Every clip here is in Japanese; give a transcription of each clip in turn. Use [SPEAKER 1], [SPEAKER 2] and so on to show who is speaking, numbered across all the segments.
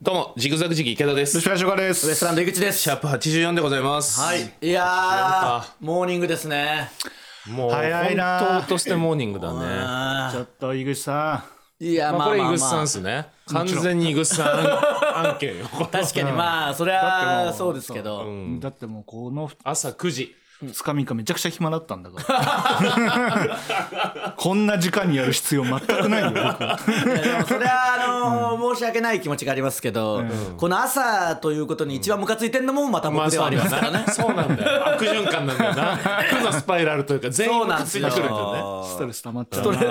[SPEAKER 1] どうもジグザグジギー池田です
[SPEAKER 2] 吉川翔太です
[SPEAKER 3] ウエストランド井口です
[SPEAKER 1] シャープ84でございます
[SPEAKER 3] はいいやーモーニングですね
[SPEAKER 1] もう
[SPEAKER 2] 早いな
[SPEAKER 1] 本当としてモーニングだね
[SPEAKER 3] あ
[SPEAKER 2] ちょっと井口さ
[SPEAKER 3] ーいや
[SPEAKER 1] ま
[SPEAKER 3] ま
[SPEAKER 1] あ
[SPEAKER 3] あ
[SPEAKER 1] これイ
[SPEAKER 3] まあ
[SPEAKER 1] グスさん
[SPEAKER 3] ま
[SPEAKER 1] で
[SPEAKER 3] あ
[SPEAKER 1] すね完全にイグスさん案件よこれ
[SPEAKER 3] 確かにまあそれはそうですけど
[SPEAKER 2] ん、だってもうこの
[SPEAKER 1] 朝9時
[SPEAKER 2] 2日3日めちゃくちゃ暇だったんだからこんな時間にやる必要全くないよ僕は
[SPEAKER 3] でもそれはあのー申し訳ない気持ちがありますけどこの朝ということに一番ムカついてんのもまた僕ではありますからね
[SPEAKER 1] そうなんだよ悪循環なんだよな負のスパイラルというか全
[SPEAKER 3] そ
[SPEAKER 1] 員
[SPEAKER 3] うなん
[SPEAKER 1] が
[SPEAKER 3] です
[SPEAKER 1] つい
[SPEAKER 3] よ
[SPEAKER 1] てくるんだよね
[SPEAKER 2] ストレス溜まっちゃ
[SPEAKER 3] そうれ
[SPEAKER 2] な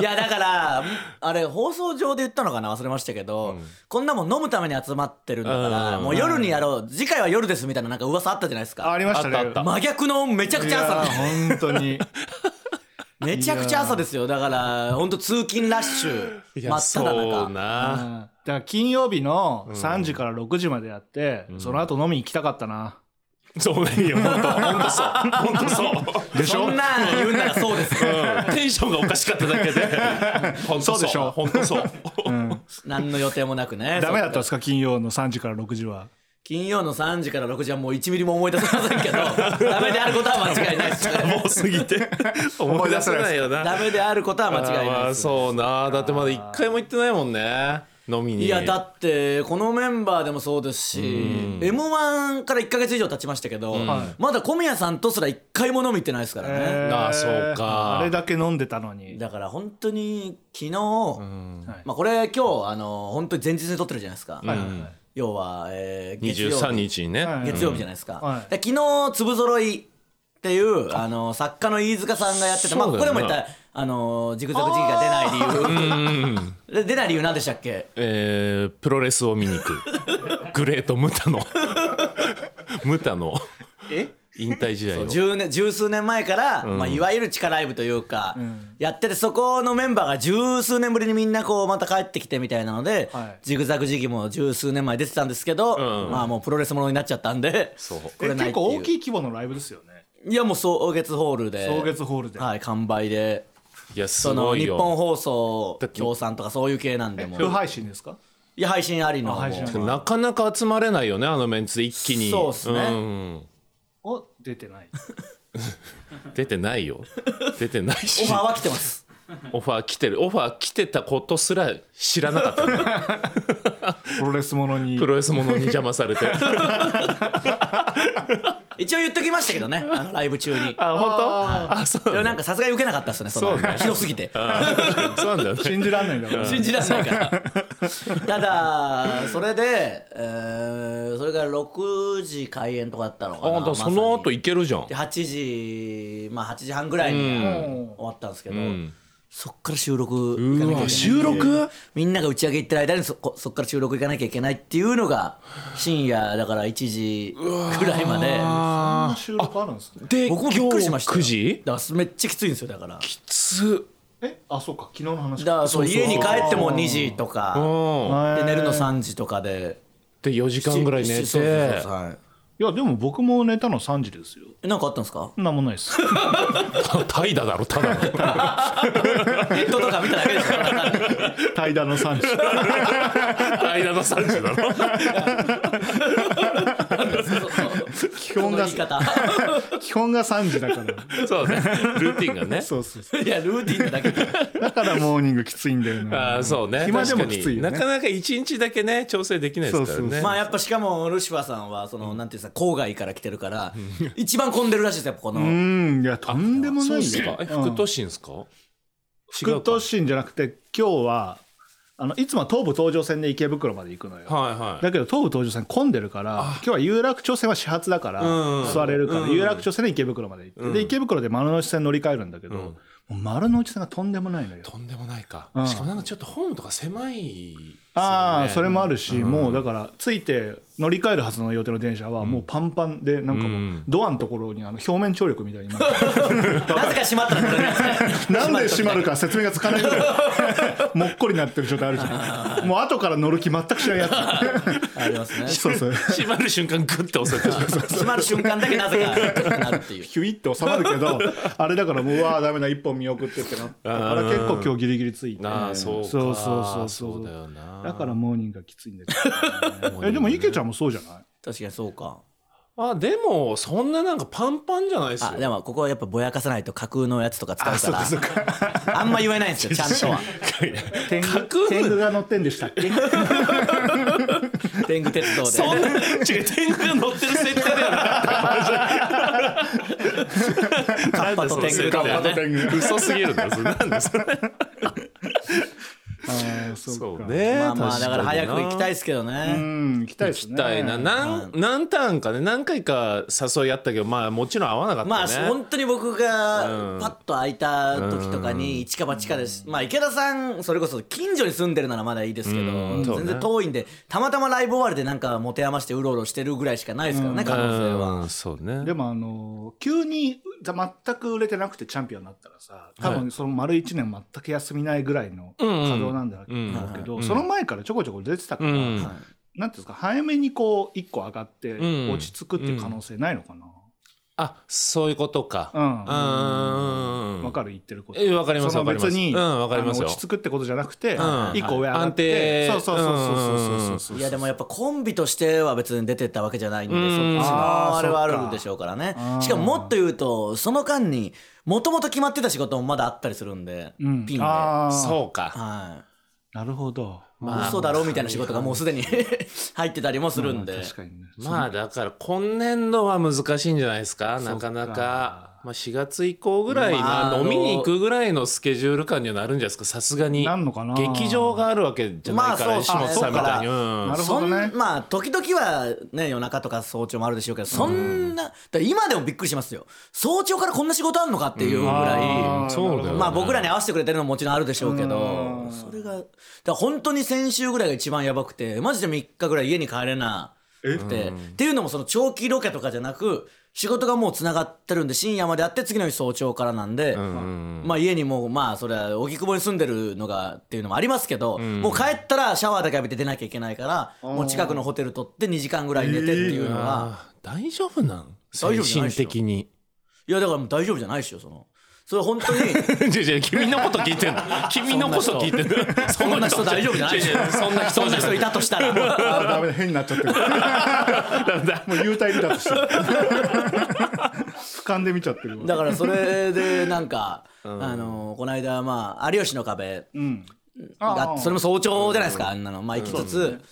[SPEAKER 2] い
[SPEAKER 3] やだからあれ放送上で言ったのかな忘れましたけど、こんなもん飲むために集まってるんだから、
[SPEAKER 1] うん
[SPEAKER 3] もう夜にやろう次回は夜ですみたいななんか噂あったじゃないです
[SPEAKER 2] あ
[SPEAKER 3] か
[SPEAKER 2] ありましたね
[SPEAKER 1] あったあっ
[SPEAKER 3] 真逆のめちゃく
[SPEAKER 2] い
[SPEAKER 3] ちゃ朝
[SPEAKER 2] や
[SPEAKER 3] なんで
[SPEAKER 2] ー
[SPEAKER 3] す
[SPEAKER 2] 本当に
[SPEAKER 3] めちゃくちゃ朝ですよだから本当通勤ラッシュ
[SPEAKER 1] い
[SPEAKER 3] 真
[SPEAKER 1] や
[SPEAKER 3] っ只
[SPEAKER 1] そう
[SPEAKER 3] 中
[SPEAKER 2] うん
[SPEAKER 1] な
[SPEAKER 2] だから金曜日の3時から6時までやって、その後飲み行きたかったな、
[SPEAKER 1] そうなんよ本当本当そう本当そう
[SPEAKER 2] でし
[SPEAKER 3] そ
[SPEAKER 2] ょ
[SPEAKER 3] んなん言うならそ うですよ
[SPEAKER 1] うんテンションがおかしかっただけで本当
[SPEAKER 2] そうでしょ
[SPEAKER 1] 本当そう
[SPEAKER 2] うん、
[SPEAKER 3] 何の予定もなくね
[SPEAKER 2] ダメだったんですか金曜の3時から6時は
[SPEAKER 3] 金曜の3時から6時はもう1ミリも思い出せませんけどダメであることは間違いないですね
[SPEAKER 1] もう過ぎて
[SPEAKER 2] 思い出せない
[SPEAKER 1] よな
[SPEAKER 3] ダメであることは間違いない
[SPEAKER 1] あ
[SPEAKER 3] で
[SPEAKER 1] ー
[SPEAKER 3] す
[SPEAKER 1] そうなだってまだ一回も行ってないもんね飲みに
[SPEAKER 3] いやだってこのメンバーでもそうですし m 1から1か月以上経ちましたけど、まだ小宮さんとすら1回も飲み行ってないですからね、
[SPEAKER 1] あそうか
[SPEAKER 2] あれだけ飲んでたのに
[SPEAKER 3] だから本当に昨日、
[SPEAKER 2] はい
[SPEAKER 3] まあ、これ今日あの本当に前日に撮ってるじゃないですか、
[SPEAKER 2] はいはいはい
[SPEAKER 3] 要は、えー月曜
[SPEAKER 1] 23
[SPEAKER 3] 日
[SPEAKER 1] 日にね、
[SPEAKER 2] はい
[SPEAKER 3] 月曜日じゃないですか、
[SPEAKER 2] はい
[SPEAKER 3] で昨日粒ぞろいっていうあの作家の飯塚さんがやってて、まあ、
[SPEAKER 1] そ
[SPEAKER 3] こ
[SPEAKER 1] う
[SPEAKER 3] こ
[SPEAKER 1] だ
[SPEAKER 3] で
[SPEAKER 1] よ
[SPEAKER 3] も
[SPEAKER 1] な
[SPEAKER 3] 言ったあのジグザグ時期が出ない理由で出ない理由なんでしたっけ
[SPEAKER 1] えープロレスを見に行くグレート・ムタ のムタの引退試合を
[SPEAKER 3] 十年十数年前から、まあ、いわゆる地下ライブというか、やっててそこのメンバーが十数年ぶりにみんなこうまた帰ってきてみたいなので、
[SPEAKER 2] はい
[SPEAKER 3] ジグザグ時期も十数年前出てたんですけど、
[SPEAKER 1] うん
[SPEAKER 3] まあもうプロレスものになっちゃったんで
[SPEAKER 1] そう
[SPEAKER 3] これ
[SPEAKER 2] え
[SPEAKER 3] ない
[SPEAKER 2] 結
[SPEAKER 3] って
[SPEAKER 2] 構
[SPEAKER 3] いう
[SPEAKER 2] 大きい規模のライブですよね
[SPEAKER 3] いやもう草月ホールで
[SPEAKER 2] 草月ホールで
[SPEAKER 3] はい完売で
[SPEAKER 1] いやす
[SPEAKER 3] その
[SPEAKER 1] ごい
[SPEAKER 3] 日
[SPEAKER 1] よ
[SPEAKER 3] 本放送
[SPEAKER 1] だって
[SPEAKER 3] 協賛とかそういう系なんでも
[SPEAKER 2] 不配信ですか
[SPEAKER 3] いや配信ありの
[SPEAKER 2] あ配信あり
[SPEAKER 3] もう
[SPEAKER 1] なかなか集まれないよねあのメンツで一気に
[SPEAKER 3] そうっすね
[SPEAKER 1] ん
[SPEAKER 2] お出てない
[SPEAKER 1] 出てない よ出てないし
[SPEAKER 3] オファーは来てます
[SPEAKER 1] オファー来てるオファー来てたことすら知らなか ったね
[SPEAKER 2] プロレスものに
[SPEAKER 1] プロレスものに邪魔されて
[SPEAKER 3] 一応言っときました けどねあのライブ中に
[SPEAKER 1] あ本当あそう
[SPEAKER 3] でもなんかさすがに受けなかったっすねその
[SPEAKER 1] そうね
[SPEAKER 3] 広すぎて
[SPEAKER 1] あそうなんだよね
[SPEAKER 2] 信じらんないんだから
[SPEAKER 3] 信じられないから ただそれで、えーそれから6時開演とかだったのかな
[SPEAKER 1] あだから
[SPEAKER 3] まさ
[SPEAKER 1] そ
[SPEAKER 3] に
[SPEAKER 1] の後いけるじゃん
[SPEAKER 3] で8時まあ8時半ぐらいに終わったんですけど、そっから収録行かなきゃいけな
[SPEAKER 1] う
[SPEAKER 3] い
[SPEAKER 1] わ収録
[SPEAKER 3] みんなが打ち上げ行ってる間にそこそっから収録行かなきゃいけないっていうのが深夜だから1時ぐらいまで
[SPEAKER 2] そんな収録あるんですね
[SPEAKER 1] で
[SPEAKER 3] 僕もびっくりしましたよ
[SPEAKER 1] 今日9時
[SPEAKER 3] だからめっちゃきついんですよだから
[SPEAKER 1] きつ
[SPEAKER 2] えあそうか昨日の話
[SPEAKER 3] だからそう
[SPEAKER 1] そうそう
[SPEAKER 3] 家に帰っても2時と
[SPEAKER 1] う
[SPEAKER 3] か
[SPEAKER 1] ん
[SPEAKER 2] は
[SPEAKER 3] で
[SPEAKER 2] い
[SPEAKER 3] 寝るの3時とかで
[SPEAKER 1] で4時間ぐらい寝
[SPEAKER 3] そうそうそう
[SPEAKER 1] て
[SPEAKER 3] そうはい
[SPEAKER 2] やでも僕も寝たの3時ですよ
[SPEAKER 3] いなんかあったんですか
[SPEAKER 2] そんなもんないです
[SPEAKER 1] 怠惰だろただ の
[SPEAKER 3] ネットとか見ただけで すから
[SPEAKER 2] 対談の3時
[SPEAKER 1] 怠惰の3時だろ
[SPEAKER 3] 基
[SPEAKER 2] 本が
[SPEAKER 3] 言 い方
[SPEAKER 2] 基本が3時だから
[SPEAKER 1] そうねルーティンがね
[SPEAKER 2] そうそうそ
[SPEAKER 3] いやルーティンなだけで
[SPEAKER 2] うだからモーニングきついんだよ
[SPEAKER 1] あ
[SPEAKER 2] な
[SPEAKER 1] ーそうね
[SPEAKER 2] 暇でも
[SPEAKER 1] 確かに
[SPEAKER 2] きついよね
[SPEAKER 1] なかなか1日だけね調整できないですから
[SPEAKER 2] そうそう
[SPEAKER 1] ね
[SPEAKER 2] そう
[SPEAKER 3] まあやっぱしかもルシファーさんはその、なんていうんですか郊外から来てるから一番混んでるらしいですよやっぱこの、
[SPEAKER 2] うんいやとんでも
[SPEAKER 1] そ
[SPEAKER 2] な
[SPEAKER 1] うっ
[SPEAKER 2] い
[SPEAKER 1] す
[SPEAKER 2] よ
[SPEAKER 1] かえ副都心ですか違う
[SPEAKER 2] 副
[SPEAKER 1] か
[SPEAKER 2] 都心じゃなくて今日はあのいつもは東武東上線で池袋まで行くのよ
[SPEAKER 1] はいはい
[SPEAKER 2] だけど東武東上線混んでるから今日は有楽町線は始発だから
[SPEAKER 1] うん
[SPEAKER 2] 座れるから有楽町線で池袋まで行ってで池袋で丸の内線乗り換えるんだけどもう丸の内線がとんでもないのよ
[SPEAKER 1] とんでもないか
[SPEAKER 2] うん
[SPEAKER 1] しかもなんかちょっとホームとか狭い
[SPEAKER 2] ああ
[SPEAKER 1] です
[SPEAKER 2] そ
[SPEAKER 1] よ
[SPEAKER 2] れ
[SPEAKER 1] ね
[SPEAKER 2] もあるしもうだから着いて乗り換えるはずの予定の電車はもうパンパンでなんか
[SPEAKER 1] う
[SPEAKER 2] もうんドアのところにあの表面張力みたいになって
[SPEAKER 3] なぜか閉まったらこれです ね
[SPEAKER 2] なんで閉まるか説明がつかないぐらい もっこりなってる状態あるじゃんもう後から乗る気全くしないや つ
[SPEAKER 3] ありますね
[SPEAKER 2] そうそう
[SPEAKER 1] 閉まる瞬間グッて押さ れてる
[SPEAKER 3] 閉まる瞬間だけなぜか暗くなるっていう
[SPEAKER 2] ヒュイって収まるけ どあれだからもううわあダメだ一本見送ってってなだから結構今日ギリギリついて
[SPEAKER 1] ああそうか
[SPEAKER 2] そうそうそうそう
[SPEAKER 1] そうだよな
[SPEAKER 2] だからモーニングがきついんですよ、
[SPEAKER 1] モーニング
[SPEAKER 2] ね、
[SPEAKER 1] ね
[SPEAKER 2] えでも池ちゃんもそうじゃない
[SPEAKER 3] 確かにそうか
[SPEAKER 1] あでもそんななんかパンパンじゃないですよ
[SPEAKER 3] あでもここはやっぱぼやかさないと架空のやつとか使
[SPEAKER 2] あ
[SPEAKER 3] う
[SPEAKER 2] そ
[SPEAKER 3] か
[SPEAKER 2] っかそっ
[SPEAKER 3] ら
[SPEAKER 2] か
[SPEAKER 3] あんま言えないんですよちゃんとは
[SPEAKER 2] 天
[SPEAKER 1] 架
[SPEAKER 2] 狗
[SPEAKER 1] 空
[SPEAKER 2] 天狗が乗ってんでした っけ
[SPEAKER 3] 天狗鉄道で
[SPEAKER 1] そんな違う天狗が乗ってる設定ではなかったカ
[SPEAKER 3] ッパと天狗
[SPEAKER 1] カ
[SPEAKER 3] だもん
[SPEAKER 1] ッパ
[SPEAKER 3] ね
[SPEAKER 1] と天狗嘘すぎるんだよそれなんでそれ
[SPEAKER 2] あーそ
[SPEAKER 1] そうう
[SPEAKER 2] か
[SPEAKER 1] ね
[SPEAKER 3] まあまあだから早く行きたい
[SPEAKER 1] い
[SPEAKER 3] ですけど
[SPEAKER 2] う
[SPEAKER 3] ね
[SPEAKER 2] ん行きたいで
[SPEAKER 1] 行
[SPEAKER 2] す
[SPEAKER 1] き
[SPEAKER 2] ね
[SPEAKER 1] たいな何何ターンかね何回か誘いあったけどまあもちろん合わなかったね
[SPEAKER 3] まあ本当に僕が
[SPEAKER 1] うん
[SPEAKER 3] パッと空いた時とかに一か八かですまあ池田さんそれこそ近所に住んでるならまだいいですけ
[SPEAKER 1] う
[SPEAKER 3] ど
[SPEAKER 1] んそうね
[SPEAKER 3] 全然遠いんでたまたまライブ終わりでなんか持て余してうろうろしてるぐらいしかないですからね可能性は
[SPEAKER 1] うんそうね
[SPEAKER 2] でもあのー急に全く売れてなくてチャンピオンになったらさ多分その丸1年全く休みないぐらいの
[SPEAKER 1] うんうん
[SPEAKER 2] 稼働なんだろ
[SPEAKER 1] うん
[SPEAKER 2] うけど、その前からちょこちょこ出てたか
[SPEAKER 1] う
[SPEAKER 2] ら、
[SPEAKER 1] ん
[SPEAKER 3] はい
[SPEAKER 2] なんていうんですか早めにこう1個上がって
[SPEAKER 1] うん
[SPEAKER 2] 落ち着くっていう可能性ないのかな
[SPEAKER 1] あそういうことか
[SPEAKER 2] うん
[SPEAKER 1] うんうんうん
[SPEAKER 2] わかる言ってること。
[SPEAKER 1] えわかります
[SPEAKER 2] その
[SPEAKER 1] わかります
[SPEAKER 2] 別に、
[SPEAKER 1] うんわかりますよ
[SPEAKER 2] あの落ち着くってことじゃなくて、
[SPEAKER 1] ん
[SPEAKER 2] 一個上上がって。
[SPEAKER 1] 安定
[SPEAKER 2] そうそうそうそうそうそうそう。
[SPEAKER 3] いやでもやっ
[SPEAKER 2] ぱ。
[SPEAKER 3] ぱコンビとしては別に出てったわけじゃないんで
[SPEAKER 1] う
[SPEAKER 3] そ
[SPEAKER 1] ん
[SPEAKER 3] っちの
[SPEAKER 2] あー
[SPEAKER 3] あれはあ
[SPEAKER 2] そっか
[SPEAKER 3] るでしょうからね
[SPEAKER 2] あー
[SPEAKER 3] しかももっと言うとその間にもともと決まってた仕事もまだあったりするんで、
[SPEAKER 2] うん
[SPEAKER 3] ピンで。は
[SPEAKER 2] ああ、
[SPEAKER 1] そうか
[SPEAKER 3] い
[SPEAKER 2] なるほど。
[SPEAKER 1] まあ
[SPEAKER 3] 嘘だろみたいな仕事がもうすでに 入ってたりもするんで、
[SPEAKER 2] 確かにね。
[SPEAKER 1] まあだから今年度は難しいんじゃないですかなかなか、まあ、4月以降ぐらいな、
[SPEAKER 3] まあ
[SPEAKER 1] 飲みに行くぐらいのスケジュール感にはなるんじゃないですかさすがに
[SPEAKER 2] なんのかな
[SPEAKER 1] 劇場があるわけじゃないから、
[SPEAKER 3] まあそう
[SPEAKER 1] 石本さんみたいに、
[SPEAKER 3] あ
[SPEAKER 1] うん
[SPEAKER 2] なるほどね
[SPEAKER 3] そんまあ時々はね夜中とか早朝もあるでしょうけどそんな、だから今でもびっくりしますよ早朝からこんな仕事あんのかっていうぐらい、
[SPEAKER 2] あー
[SPEAKER 1] そうだよね
[SPEAKER 3] まあ僕らに合わせてくれてるのももちろんあるでしょうけ
[SPEAKER 2] う
[SPEAKER 3] ど
[SPEAKER 2] ん
[SPEAKER 3] それがだから本当に先週ぐらいが一番やばくてマジで3日ぐらい家に帰れなくてっていうのもその長期ロケとかじゃなく仕事がもうつながってるんで深夜までやって次の日早朝からなんで、まあ家にもうまあそれは荻窪に住んでるのがっていうのもありますけど、もう帰ったらシャワーだけ浴びて出なきゃいけないからもう近くのホテル取って2時間ぐらい寝てっていうのが。
[SPEAKER 1] あー大丈夫なん精
[SPEAKER 3] 大丈夫じゃない
[SPEAKER 1] 神
[SPEAKER 3] でしょ
[SPEAKER 1] 的に
[SPEAKER 3] いやだからもう大丈夫じゃないですよそのそれ本当に
[SPEAKER 1] 違う違う君のこと聞いて んの君のこと聞いてんの
[SPEAKER 3] そんな人大丈夫じゃないで
[SPEAKER 1] 違う違
[SPEAKER 3] すよ
[SPEAKER 1] うそんな
[SPEAKER 3] そ
[SPEAKER 1] 人
[SPEAKER 3] ん
[SPEAKER 1] じゃ
[SPEAKER 3] な
[SPEAKER 1] な
[SPEAKER 3] 人
[SPEAKER 1] い
[SPEAKER 3] いたとしたら
[SPEAKER 2] あーダメだ、変になっちゃってる。もう幽体離脱してる。俯瞰で見ちゃってる。
[SPEAKER 3] だからそれでな んか、あのこの間まあ「有吉の壁
[SPEAKER 2] うん。
[SPEAKER 3] が」
[SPEAKER 2] あー
[SPEAKER 3] それも早朝じゃないですか、あんなのまあ行きつつ、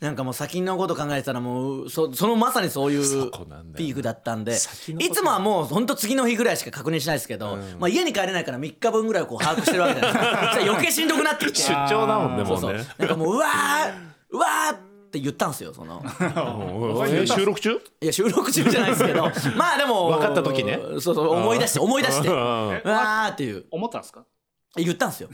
[SPEAKER 3] なんかもう先のこと考えてたらもうそそのまさにそういう
[SPEAKER 1] こなんだよな
[SPEAKER 3] ピークだったんで
[SPEAKER 1] 先のこと
[SPEAKER 3] いつもはもうほんと次の日ぐらいしか確認しないですけど、まあ、家に帰れないから3日分ぐらいをこう把握してるわ けじゃないですかそしたら余計しんどくなってきて
[SPEAKER 1] 出張だもんね
[SPEAKER 3] そ
[SPEAKER 1] も
[SPEAKER 3] う
[SPEAKER 1] う
[SPEAKER 3] そう
[SPEAKER 1] ね
[SPEAKER 3] なんかもううわーうわーって言ったんですよそ
[SPEAKER 1] う
[SPEAKER 3] の。
[SPEAKER 1] んえ収録中
[SPEAKER 3] いや収録中じゃないですけ どまあでも
[SPEAKER 1] 分かった時ね
[SPEAKER 3] そうそう思い出して思い出して
[SPEAKER 1] う
[SPEAKER 3] うんわーっていう
[SPEAKER 2] 思ったんですか
[SPEAKER 3] 言ったんですよ、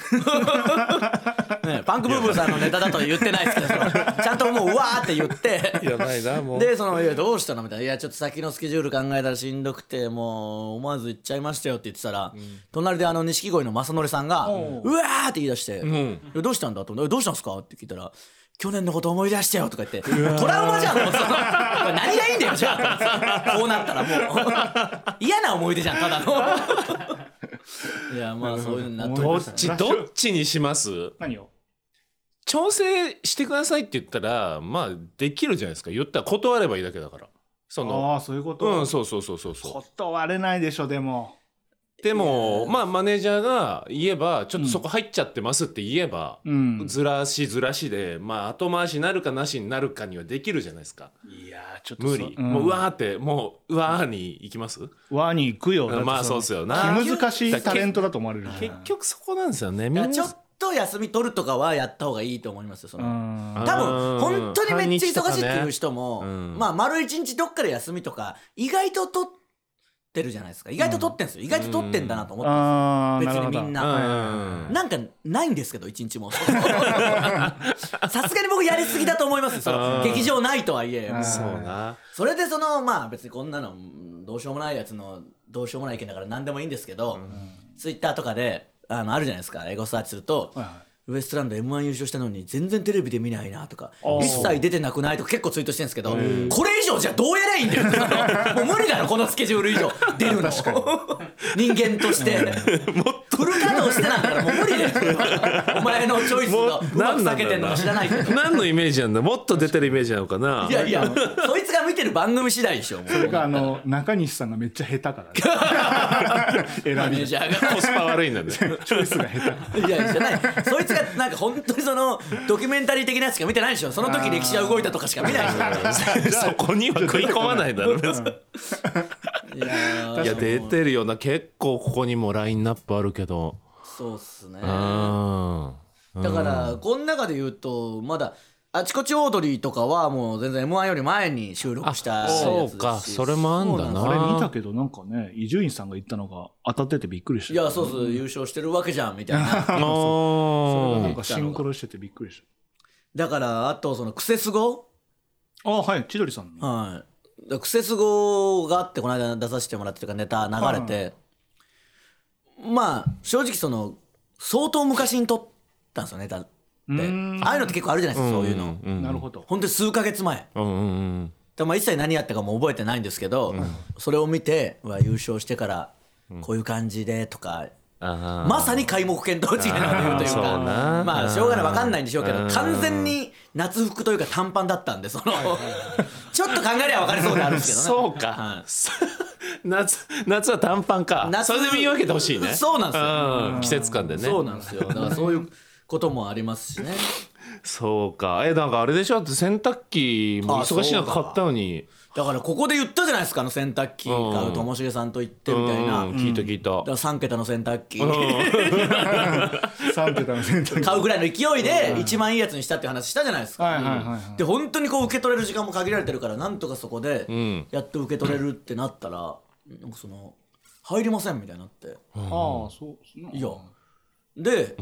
[SPEAKER 3] ね、パンクブーブーさんのネタだとは言ってないですけどそのちゃんともううわーって言って
[SPEAKER 1] やば いなも
[SPEAKER 3] でその「いやどうしたの?」みたいな「いやちょっと先のスケジュール考えたらしんどくてもう思わず行っちゃいましたよ」って言ってたら、隣であの錦鯉の正則さんが「うわ!」って言い出して「いやどうしたんだ?」と思って「えどうしたんですか?」って聞いたら「去年のこと思い出したよ」とか言って「トラウマじゃん」と思ってその何がいいんだよじゃあこうなったら もう嫌な思い出じゃんただのいやまあそういうのになって
[SPEAKER 1] どっちどっちにします
[SPEAKER 2] 何を
[SPEAKER 1] 調整してくださいって言ったらまあできるじゃないですか言ったら断ればいいだけだからその
[SPEAKER 2] ああ、そういうこ
[SPEAKER 1] う
[SPEAKER 2] と
[SPEAKER 1] ん。そうそうそうそうそう
[SPEAKER 2] 断れないでしょ、でも。
[SPEAKER 1] でもまあマネージャーが言えばちょっとそこ入っちゃってますって言えば、
[SPEAKER 2] うん。
[SPEAKER 1] ずらしずらしでまあ後回しなるかなしになるかにはできるじゃないですか
[SPEAKER 2] いやーちょっと
[SPEAKER 1] 無理、
[SPEAKER 2] ん
[SPEAKER 1] もううわーってもううわーに行きます、
[SPEAKER 2] 輪に行くよ。
[SPEAKER 1] まあそうっ
[SPEAKER 2] です
[SPEAKER 1] よな
[SPEAKER 2] 難しいタレントだと思われる。
[SPEAKER 1] 結局そこなんですよねみん
[SPEAKER 3] だか
[SPEAKER 1] な
[SPEAKER 3] らちょっと休み取るとかはやった方がいいと思いますよその。
[SPEAKER 2] うん
[SPEAKER 3] 多分本当にめっちゃ忙しいっていう人も、
[SPEAKER 1] 半日とかねうん
[SPEAKER 3] まあ丸一日どっかで休みとか意外と取ってるじゃないですか意外と取ってんですよ、意外と取ってんだなと思って、
[SPEAKER 2] あー
[SPEAKER 3] 別
[SPEAKER 2] る
[SPEAKER 3] に
[SPEAKER 2] ほど
[SPEAKER 3] みん
[SPEAKER 1] う
[SPEAKER 3] な、
[SPEAKER 1] ん
[SPEAKER 3] なんかないんですけど一日も さすがに僕やりすぎだと思いますその
[SPEAKER 1] うん
[SPEAKER 3] 劇場ないとはいえ
[SPEAKER 2] うん
[SPEAKER 1] そうな
[SPEAKER 3] それでそのまあ別にこんなのうんどうしようもないやつのどうしようもない意見だから何でもいいんですけど、ツイッターとかであのあるじゃないですかエゴサーチすると、
[SPEAKER 2] はいはい
[SPEAKER 3] ウエストランド m 1優勝したのに全然テレビで見ないなとか
[SPEAKER 2] ー
[SPEAKER 3] 一切出てなくないとか結構ツイートしてるんですけどこれ以上じゃどうやりゃいいんだよってもう無理だろこのスケジュール以上出るの人間としてフル稼働のをしてなんだからもう無理だよお前のチョイス
[SPEAKER 1] も
[SPEAKER 3] がうまく避けてんのか知らないけど
[SPEAKER 1] 何のイメージなんだもっと出てるイメージなのかない
[SPEAKER 3] やいやそいつが見てる番組次第でしょもう
[SPEAKER 2] それかあの中西さんがめっちゃ下手からね選
[SPEAKER 3] マネー
[SPEAKER 2] び
[SPEAKER 3] ジャーが
[SPEAKER 1] コスパ悪いんだね
[SPEAKER 2] チョイスが下手から
[SPEAKER 3] いやじゃないそいつがなんか本当にそのドキュメンタリー的なやつしか見てないでしょその時歴史が動いたとかしか見ないでし
[SPEAKER 1] そこには食い込まないだろうね
[SPEAKER 3] ょいやー
[SPEAKER 1] いや出てるよな結構ここにもラインナップあるけど
[SPEAKER 3] そうっす
[SPEAKER 1] うん
[SPEAKER 3] ねだからこの中で言うとまだあちこちオードリーとかはもう全然 m 1より前に収録したやつですし
[SPEAKER 1] そうかそれもあんだな
[SPEAKER 2] あれ見たけどなんかね伊集院さんが言ったのが当たっててびっくりした
[SPEAKER 3] いやそうそう優勝してるわけじゃんみたいな
[SPEAKER 1] あー
[SPEAKER 2] なんかシンクロしててびっくりし
[SPEAKER 3] だからあとそのクセスゴ
[SPEAKER 2] たあはい千鳥さんの
[SPEAKER 3] はい、クセス語があってこの間出させてもらってるからネタ流れて、まあ正直その相当昔に撮ったんですよネタって
[SPEAKER 2] うーん
[SPEAKER 3] ああいうのって結構あるじゃないですか、そういうの
[SPEAKER 1] うん
[SPEAKER 2] なるほど
[SPEAKER 3] 本当に数ヶ月前
[SPEAKER 1] うんうんうん
[SPEAKER 3] でまあ一切何やったかも覚えてないんですけど、それを見てうわ優勝してからこういう感じでとか、
[SPEAKER 1] あ
[SPEAKER 3] まさに皆目見当違いなこと言うという
[SPEAKER 1] あーそう
[SPEAKER 3] か
[SPEAKER 1] な
[SPEAKER 3] まあしょうがない分かんないんでしょうけど完全に夏服というか短パンだったんでその ちょっと考えりゃ分かりそうであるんですけどね
[SPEAKER 1] そうか、
[SPEAKER 3] はい
[SPEAKER 1] 夏夏は短パンか
[SPEAKER 3] 夏
[SPEAKER 1] それで見分けてほしいね
[SPEAKER 3] そうなんですよ
[SPEAKER 1] うん季節感でね
[SPEAKER 3] そうなんですよだからそういうこともありますしね
[SPEAKER 1] そうかえなんかあれでしょだって洗濯機も忙しいの買ったのに
[SPEAKER 3] だからここで言ったじゃないですかあの洗濯機買うともしげさんと言ってみたいな、
[SPEAKER 1] うん
[SPEAKER 3] だ
[SPEAKER 1] 聞いた聞いた、
[SPEAKER 3] から3桁の洗濯機、
[SPEAKER 2] 3桁の選 択
[SPEAKER 3] 買うぐらいの勢いで一番いいやつにしたって話したじゃないですか、
[SPEAKER 2] はいはいはいはい
[SPEAKER 3] で本当にこう受け取れる時間も限られてるからなんとかそこでやっと受け取れるってなったら、なんかその入りませんみたいになって
[SPEAKER 2] ああそう
[SPEAKER 3] いやで、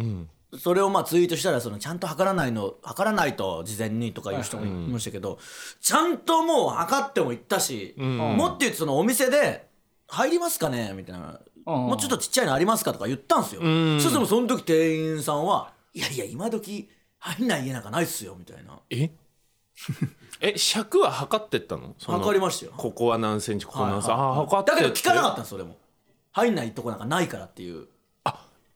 [SPEAKER 3] それをまあツイートしたらそのちゃんと測らないの測らないと事前にとかいう人もいましたけど、ちゃんともう測っても行ったし、もっと言うとそのお店で「入りますかね?」みたいな、
[SPEAKER 2] うん
[SPEAKER 3] もうちょっとちっちゃいのありますか?」とか言ったんですよ、そしたらその時店員さんは「いやいや今時入んない家なんかないっすよ」みたいな
[SPEAKER 1] え え尺は測ってったのその
[SPEAKER 3] 測りましたよ
[SPEAKER 1] ここは何センチここは何センチ、
[SPEAKER 3] はいはい
[SPEAKER 1] ああ測って
[SPEAKER 3] だけど聞かなかったたんですそれも入んないとこなんかないからっていう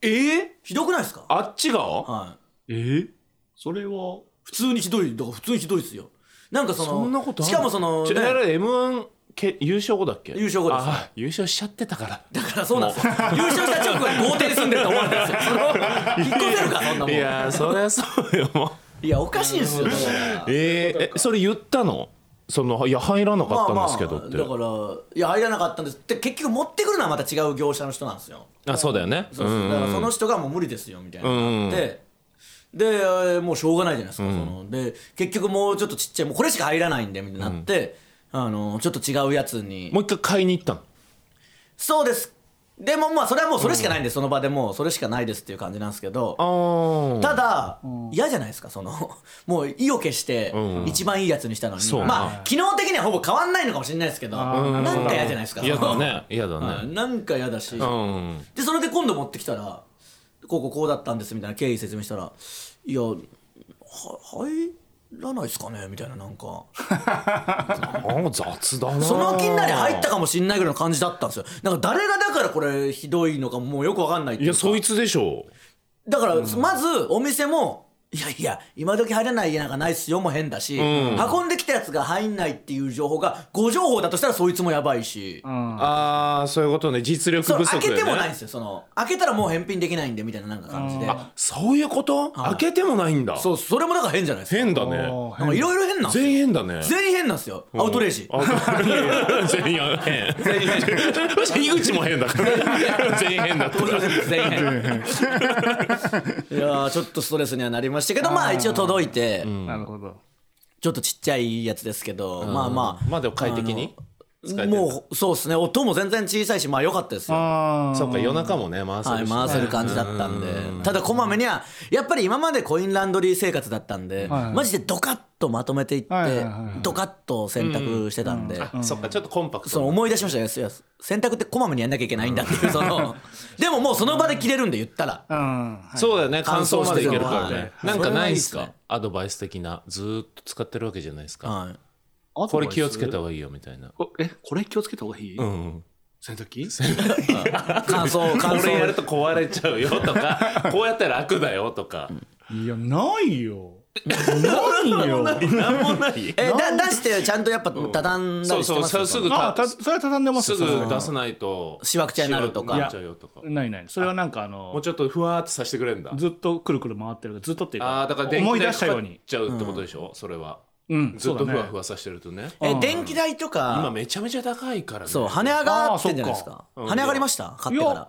[SPEAKER 1] えー、
[SPEAKER 3] ひどくないですか
[SPEAKER 1] あっちが、
[SPEAKER 3] はい
[SPEAKER 2] えーそれは
[SPEAKER 3] 普通にひどいだから普通にひどいっすよなんかその
[SPEAKER 1] そんなことある
[SPEAKER 3] しかもその、
[SPEAKER 1] ちょ
[SPEAKER 3] ね
[SPEAKER 1] あれ m 1け優勝後だっけ
[SPEAKER 3] 優勝後です
[SPEAKER 1] あ優勝しちゃってたから
[SPEAKER 3] だからそうなんですよ優勝した直後に豪邸に住んでると思われたんですよその引っ越せるかそんなもん
[SPEAKER 1] いやーそりゃそうよ もう
[SPEAKER 3] いやおかしいですよだから
[SPEAKER 1] えー、えそれ言ったのそのいや入らなかったんですけどって、
[SPEAKER 3] だからいや入らなかったんですって結局持ってくるのはまた違う業者の人なんですよ
[SPEAKER 1] あそうだよね
[SPEAKER 3] そうそうだからその人がもう無理ですよみたいな
[SPEAKER 1] うんう
[SPEAKER 3] の
[SPEAKER 1] ん
[SPEAKER 3] があってでえーもうしょうがないじゃないですか、そので結局もうちょっとちっちゃいもうこれしか入らないんでみたいになって、あのちょっと違うやつに
[SPEAKER 1] もう一回買いに行ったの
[SPEAKER 3] そうですでもまあそれはもうそれしかないんで、その場でもうそれしかないですっていう感じなんですけど
[SPEAKER 1] あ
[SPEAKER 3] ただ、嫌じゃないですかその もう意を決して
[SPEAKER 1] うん
[SPEAKER 3] 一番いいやつにしたのに、
[SPEAKER 1] そう
[SPEAKER 3] まあ機能的にはほぼ変わんないのかもしれないですけどなんか嫌じゃないですか
[SPEAKER 1] 嫌
[SPEAKER 3] その
[SPEAKER 1] だね嫌だ
[SPEAKER 3] はい
[SPEAKER 1] ね
[SPEAKER 3] なんか嫌だし、
[SPEAKER 1] うん
[SPEAKER 3] でそれで今度持ってきたらこうこうこうだったんですみたいな経緯説明したらいやは入らないですかねみたいななんか
[SPEAKER 1] あ雑だな
[SPEAKER 3] その気になり入ったかもしんないぐらいの感じだったんですよなんか誰がだからこれひどいのかもうよくわかんないって
[SPEAKER 1] い
[SPEAKER 3] いう
[SPEAKER 1] や
[SPEAKER 3] か
[SPEAKER 1] そいつでしょ
[SPEAKER 3] だから、まずお店もいやいや今時入らない家なんかないっすよも変だし、運んできたやつが入んないっていう情報が誤情報だとしたらそいつもやばいし、
[SPEAKER 1] ああそういうことね実力
[SPEAKER 3] そう
[SPEAKER 1] 不足
[SPEAKER 3] 開けてもないん
[SPEAKER 1] い
[SPEAKER 3] ですよその開けたらもう返品できないんでみたいななんか感じで
[SPEAKER 1] そういうこと開けてもないんだ
[SPEAKER 3] そうそれもなんか変じゃないですか
[SPEAKER 1] 変だね
[SPEAKER 2] あ
[SPEAKER 3] なんかいろいろ変なんですよ
[SPEAKER 1] 全員変だね
[SPEAKER 3] 全員変なんですよアウトレ イジ
[SPEAKER 1] あ全員変
[SPEAKER 3] 全員変
[SPEAKER 1] 井口も変だから全員変だった
[SPEAKER 3] 登場人物全員変いやーちょっとストレスにはなりましたけどまあ一応届いて、
[SPEAKER 2] ーなるほど
[SPEAKER 3] ちょっとちっちゃいやつですけど、まあまあ
[SPEAKER 1] まあでも快適に使えてる
[SPEAKER 3] もうそうですね音も全然小さいしまあ良かったですよ
[SPEAKER 2] あ
[SPEAKER 1] そうか夜中もね回せ
[SPEAKER 3] はい、
[SPEAKER 1] るし
[SPEAKER 3] 回せる感じだったんで、ただこまめにはやっぱり今までコインランドリー生活だったんで、
[SPEAKER 2] はい
[SPEAKER 3] マジでドカッとまとめていって、
[SPEAKER 2] はいはいはい
[SPEAKER 3] ドカッと洗濯してたんで、
[SPEAKER 1] あそっかちょっとコンパク
[SPEAKER 3] その
[SPEAKER 1] ト
[SPEAKER 3] 思い出しましたよいや洗濯ってこまめにやんなきゃいけないんだっていうそのでももうその場で切れるんで言ったら
[SPEAKER 2] あうんはい
[SPEAKER 1] そうだよね乾燥までいけるから
[SPEAKER 3] 乾燥して
[SPEAKER 1] ね
[SPEAKER 3] る
[SPEAKER 1] なんかないんす
[SPEAKER 3] はい
[SPEAKER 1] かアドバイス的なずーっと使ってるわけじゃないですか
[SPEAKER 3] はい
[SPEAKER 1] これ気をつけた方がいいよみたいな
[SPEAKER 4] こえこれ気をつけた方がいい、
[SPEAKER 1] うん
[SPEAKER 2] 洗濯機
[SPEAKER 3] 感想
[SPEAKER 1] こ
[SPEAKER 3] 感
[SPEAKER 1] れやる
[SPEAKER 3] 想
[SPEAKER 1] と壊れちゃうよとか こうやったら楽だよとか
[SPEAKER 2] いやないよないよ
[SPEAKER 1] 何もない
[SPEAKER 3] えだ出してちゃんとやっぱ畳んだ
[SPEAKER 1] そう
[SPEAKER 3] りして
[SPEAKER 1] そう
[SPEAKER 3] ます
[SPEAKER 1] そうすぐ
[SPEAKER 2] あた
[SPEAKER 1] た
[SPEAKER 2] それは畳んでます
[SPEAKER 1] す
[SPEAKER 2] よ
[SPEAKER 1] ぐ出さないと
[SPEAKER 3] しわくちゃになるとか
[SPEAKER 1] しわくちゃになっちゃうよとか
[SPEAKER 2] ないないそれはなんかあの
[SPEAKER 1] もうちょっとふわーっとさせてくれんだ
[SPEAKER 2] ずっとくるくる回ってるずっとっていう
[SPEAKER 1] あ
[SPEAKER 2] か
[SPEAKER 1] あだから電
[SPEAKER 2] 思
[SPEAKER 1] 気
[SPEAKER 2] い出
[SPEAKER 1] 代
[SPEAKER 2] した
[SPEAKER 1] か
[SPEAKER 2] よ
[SPEAKER 1] か
[SPEAKER 2] う
[SPEAKER 1] っ
[SPEAKER 2] に
[SPEAKER 1] ちゃうってことでしょそれは
[SPEAKER 2] うん
[SPEAKER 1] ずっとふわふ
[SPEAKER 2] わ
[SPEAKER 1] わさせてるとね
[SPEAKER 3] え電気代と
[SPEAKER 1] 今
[SPEAKER 3] か
[SPEAKER 1] めちゃめちゃ高いからね
[SPEAKER 3] そう跳ね上がってんじゃないです
[SPEAKER 2] あー
[SPEAKER 3] か
[SPEAKER 1] そっ
[SPEAKER 3] 跳
[SPEAKER 1] か
[SPEAKER 3] ね上がりました買ってか
[SPEAKER 2] い
[SPEAKER 3] ら
[SPEAKER 2] や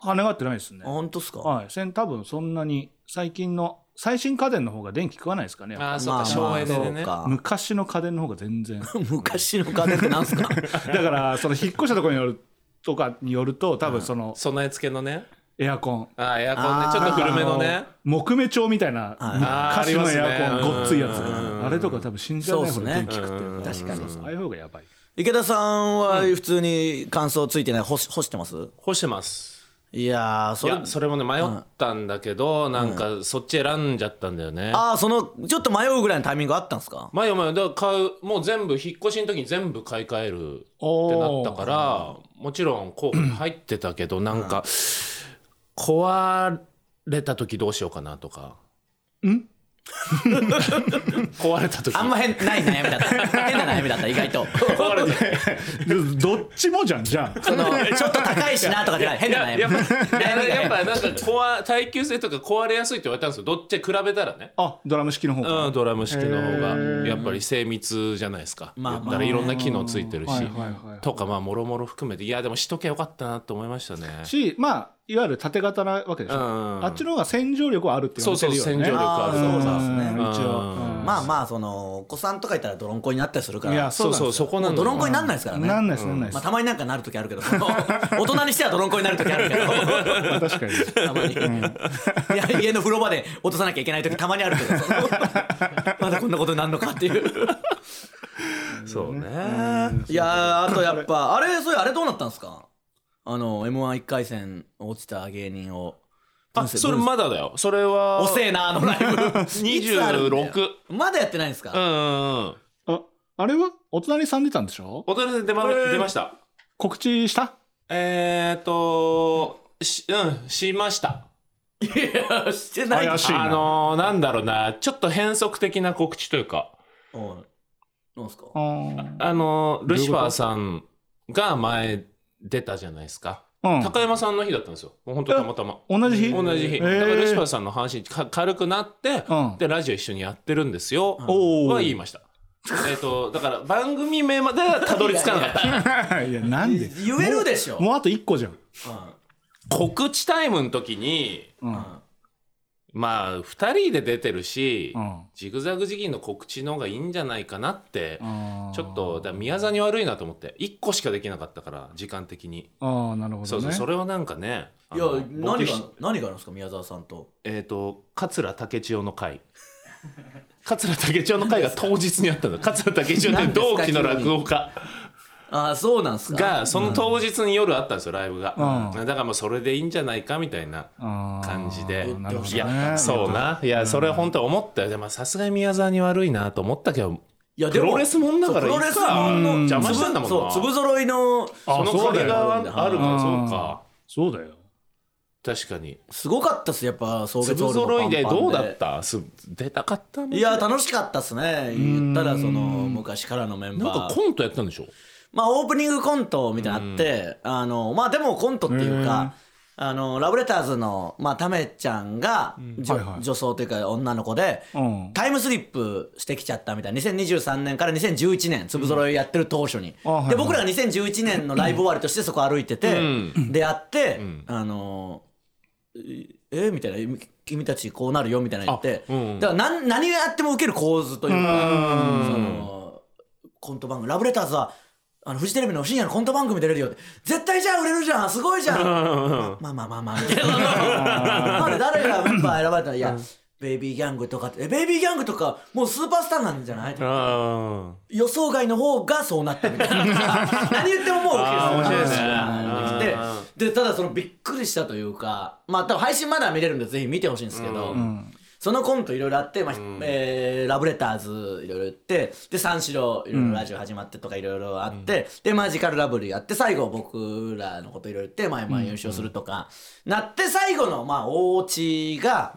[SPEAKER 3] あ
[SPEAKER 2] 跳ね上がってないですね
[SPEAKER 3] 本当っすか
[SPEAKER 2] はいせん多分そんなに最近の最新家電の方が電気食わないですかね
[SPEAKER 1] ああそう
[SPEAKER 3] まあ
[SPEAKER 1] か省エネで
[SPEAKER 3] ま
[SPEAKER 1] ね
[SPEAKER 3] あそうか
[SPEAKER 2] 昔の家電の方が全然
[SPEAKER 3] 昔の家電ってなんすか
[SPEAKER 2] だからその引っ越したところによるとかによると多分その
[SPEAKER 1] 備え付けのね
[SPEAKER 2] エアコン
[SPEAKER 1] あーエアコンね
[SPEAKER 3] あー
[SPEAKER 1] ちょっと古めの
[SPEAKER 2] あ
[SPEAKER 1] ね
[SPEAKER 2] 木目調みたいな
[SPEAKER 3] はい
[SPEAKER 2] 昔のエ
[SPEAKER 1] あーあり
[SPEAKER 2] ア
[SPEAKER 1] ます
[SPEAKER 2] コ
[SPEAKER 1] ね
[SPEAKER 2] ンごっついやつ
[SPEAKER 1] うん
[SPEAKER 2] あれとか多分死んじゃうね
[SPEAKER 3] そ
[SPEAKER 2] こ
[SPEAKER 3] うっす
[SPEAKER 2] れ電
[SPEAKER 3] ね
[SPEAKER 2] 気食ってるから
[SPEAKER 3] 確かに
[SPEAKER 2] そうそうああいう方がやばい
[SPEAKER 3] 池田さんは普通に乾燥ついてない干し干してます
[SPEAKER 1] 干してます
[SPEAKER 3] いやー
[SPEAKER 1] い
[SPEAKER 3] それ
[SPEAKER 1] やそれもね迷ったんだけどなんかそっち選んじゃったんだよね
[SPEAKER 3] ああそのちょっと迷うぐらいのタイミングあったんですか
[SPEAKER 1] 前前だから買うもう全部引っ越しの時に全部買い替えるってなったからもちろん候補に入ってたけどなんか壊れた時どうしようかなとかん壊れた時
[SPEAKER 3] あんま変ない悩みだった 変な悩みだった意外と
[SPEAKER 1] 壊れた
[SPEAKER 2] でどっちもじゃんじゃ ん
[SPEAKER 3] そのちょっと高いしなとかじゃない変な
[SPEAKER 1] や
[SPEAKER 3] 悩
[SPEAKER 1] っぱ
[SPEAKER 3] み
[SPEAKER 1] やっぱなんか壊耐久性とか壊れやすいって言われたんですよどっち比べたらね
[SPEAKER 2] あドラム式の方が
[SPEAKER 1] うん、ドラム式の方
[SPEAKER 2] へー
[SPEAKER 1] がやっぱり精密じゃないですか、
[SPEAKER 3] まあ
[SPEAKER 1] 言ったらいろんな機能ついてるし、
[SPEAKER 2] はいはいはい
[SPEAKER 1] とかまあもろもろ含めていやでもしときゃよかったなと思いましたね
[SPEAKER 2] しまあいわゆる縦型なわけでしょ
[SPEAKER 1] うん
[SPEAKER 2] あっちの方が洗浄力はあるって言
[SPEAKER 1] そ
[SPEAKER 2] わ
[SPEAKER 1] う
[SPEAKER 2] れて
[SPEAKER 1] そう
[SPEAKER 2] るよね
[SPEAKER 1] 洗浄力ある
[SPEAKER 3] あー
[SPEAKER 1] と
[SPEAKER 3] そうですね
[SPEAKER 2] ん一応
[SPEAKER 1] うん
[SPEAKER 3] まあまあそのお子さんとかいたら泥んこになったりするか
[SPEAKER 2] いや
[SPEAKER 3] ら
[SPEAKER 1] そうそうそこな
[SPEAKER 3] も
[SPEAKER 1] の
[SPEAKER 3] う泥んこになんないですからね
[SPEAKER 2] なんないですなんないで
[SPEAKER 3] まあ、
[SPEAKER 2] す
[SPEAKER 3] たまになんかなる時あるけど その大人にしては泥んこになる時あ るけど
[SPEAKER 2] 確かに
[SPEAKER 3] たまに、いや家の風呂場で落とさなきゃいけない時たまにあるけどそ のまだこんなことになるのかっていう
[SPEAKER 1] そうね
[SPEAKER 3] いやーあとやっぱあれそれあれどうなったんですかあの m 1 1回戦落ちた芸人を
[SPEAKER 1] あそれまだだよそれは
[SPEAKER 3] 遅えなあのライ ブいつあるんだよ
[SPEAKER 1] 26
[SPEAKER 3] まだやってないんです
[SPEAKER 1] うんう
[SPEAKER 3] か、
[SPEAKER 1] んうん
[SPEAKER 2] ああれはお隣さん出たんでしょ
[SPEAKER 1] お寺で出ま,、
[SPEAKER 2] えー
[SPEAKER 1] 出ました
[SPEAKER 2] 告知した
[SPEAKER 1] えー、っとしうんしました
[SPEAKER 3] いやしてない
[SPEAKER 2] 怪しいな
[SPEAKER 1] あのー、なんだろうなちょっと変則的な告知というか
[SPEAKER 3] おいなんですか
[SPEAKER 2] あー
[SPEAKER 1] あの
[SPEAKER 2] ど
[SPEAKER 1] ル
[SPEAKER 2] う
[SPEAKER 1] シ
[SPEAKER 2] いうこと
[SPEAKER 1] ファーさんが前出たじゃないですか、高山さんの日だったんですよもう本当たまたま
[SPEAKER 2] うん同じ日
[SPEAKER 1] 同じ日、
[SPEAKER 2] え
[SPEAKER 1] だからルシファ
[SPEAKER 2] ー
[SPEAKER 1] ーさんの話か軽くなって、
[SPEAKER 2] うん
[SPEAKER 1] でラジオ一緒にやってるんですよ
[SPEAKER 2] おー
[SPEAKER 1] は言いましたえっ、とだから番組名まではたどり着かなかった
[SPEAKER 2] いやなんで
[SPEAKER 3] 言えるでしょ
[SPEAKER 2] もうあと1個じゃん
[SPEAKER 1] 告知タイムの時に
[SPEAKER 2] うん
[SPEAKER 3] うん
[SPEAKER 1] まあ2人で出てるし、
[SPEAKER 2] うん
[SPEAKER 1] ジグザグジギーの告知の方がいいんじゃないかなって、
[SPEAKER 2] あー
[SPEAKER 1] ちょっとだから宮沢に悪いなと思って1個しかできなかったから時間的に、
[SPEAKER 2] ああなるほどね
[SPEAKER 1] そうそうそれはなんかねあ
[SPEAKER 3] いや
[SPEAKER 1] の僕
[SPEAKER 3] 何が何があるんですか宮沢さんと
[SPEAKER 1] えっ、と桂竹千代の会桂竹千代の会が当日にあったの桂竹千代って同期の落語家
[SPEAKER 3] ああそうなんすか
[SPEAKER 1] がその当日に夜あったんですよライブが、
[SPEAKER 2] う
[SPEAKER 1] だからもうそれでいいんじゃないかみたいな
[SPEAKER 2] あー
[SPEAKER 1] 感じで
[SPEAKER 2] なるほどね
[SPEAKER 1] いやそうないやそれは本当は思ったよでもさすがに宮沢に悪いなと思ったけど
[SPEAKER 3] いや
[SPEAKER 1] プロレスもんだからいい
[SPEAKER 3] そう
[SPEAKER 1] か
[SPEAKER 3] プロレスもんの
[SPEAKER 1] うん邪魔したんだもんな
[SPEAKER 3] そう粒揃いの
[SPEAKER 1] そ
[SPEAKER 2] あ
[SPEAKER 1] の
[SPEAKER 2] そうだ
[SPEAKER 1] 壁
[SPEAKER 2] よ
[SPEAKER 1] があるから
[SPEAKER 2] うん
[SPEAKER 1] そうか
[SPEAKER 2] そうだよ
[SPEAKER 1] 確かに
[SPEAKER 3] すごかったっすやっぱ送別
[SPEAKER 1] 粒
[SPEAKER 3] ホールも
[SPEAKER 1] 揃いで
[SPEAKER 3] パンパン
[SPEAKER 1] どうだったす出たかった
[SPEAKER 3] いや楽しかったっすね言ったらその昔からのメ
[SPEAKER 1] なん
[SPEAKER 3] ンバ
[SPEAKER 1] か
[SPEAKER 3] ー
[SPEAKER 1] コントやったんでしょ
[SPEAKER 3] まあオープニングコントみたいなのあってあのまあでもコントっていうかあのラブレターズのまあタメちゃんがじょ
[SPEAKER 2] はいはい
[SPEAKER 3] 女装というか女の子で
[SPEAKER 2] うん
[SPEAKER 3] タイムスリップしてきちゃったみたいな2023年から2011年粒揃いやってる当初に、
[SPEAKER 2] あはいはい
[SPEAKER 3] で僕らが2011年のライブ終わりとしてそこ歩いてて、出会って、あのーええみたいな君たちこうなるよみたいな言って、
[SPEAKER 1] あうん
[SPEAKER 3] だから何何をやっても受ける構図というかそのコント番組「ラブレターズは」あのフジテレビの深夜のコント番組出れるよって絶対じゃあ売れるじゃんすごいじゃんまあまあまあまあみたいな。なんで誰がメンバー選ばれたら、いや、ベイビーギャングとかって、えベイビーギャングとか、もうスーパースターなんじゃない
[SPEAKER 1] あ
[SPEAKER 3] 予想外の方がそうなったみたいな。何言ってももう受け
[SPEAKER 1] あー面白いですね
[SPEAKER 3] るで、でただそのびっくりしたというか、まあ多分配信まだ見れるんで、ぜひ見てほしいんですけど、そのコントいろいろあって、まあひえーラブレターズいろいろ言ってで三四郎いろいろラジオ始まってとかいろいろあって、でマジカルラブリーやって最後僕らのこといろいろ言ってまあまあ優勝するとか、なって最後のまあお家が、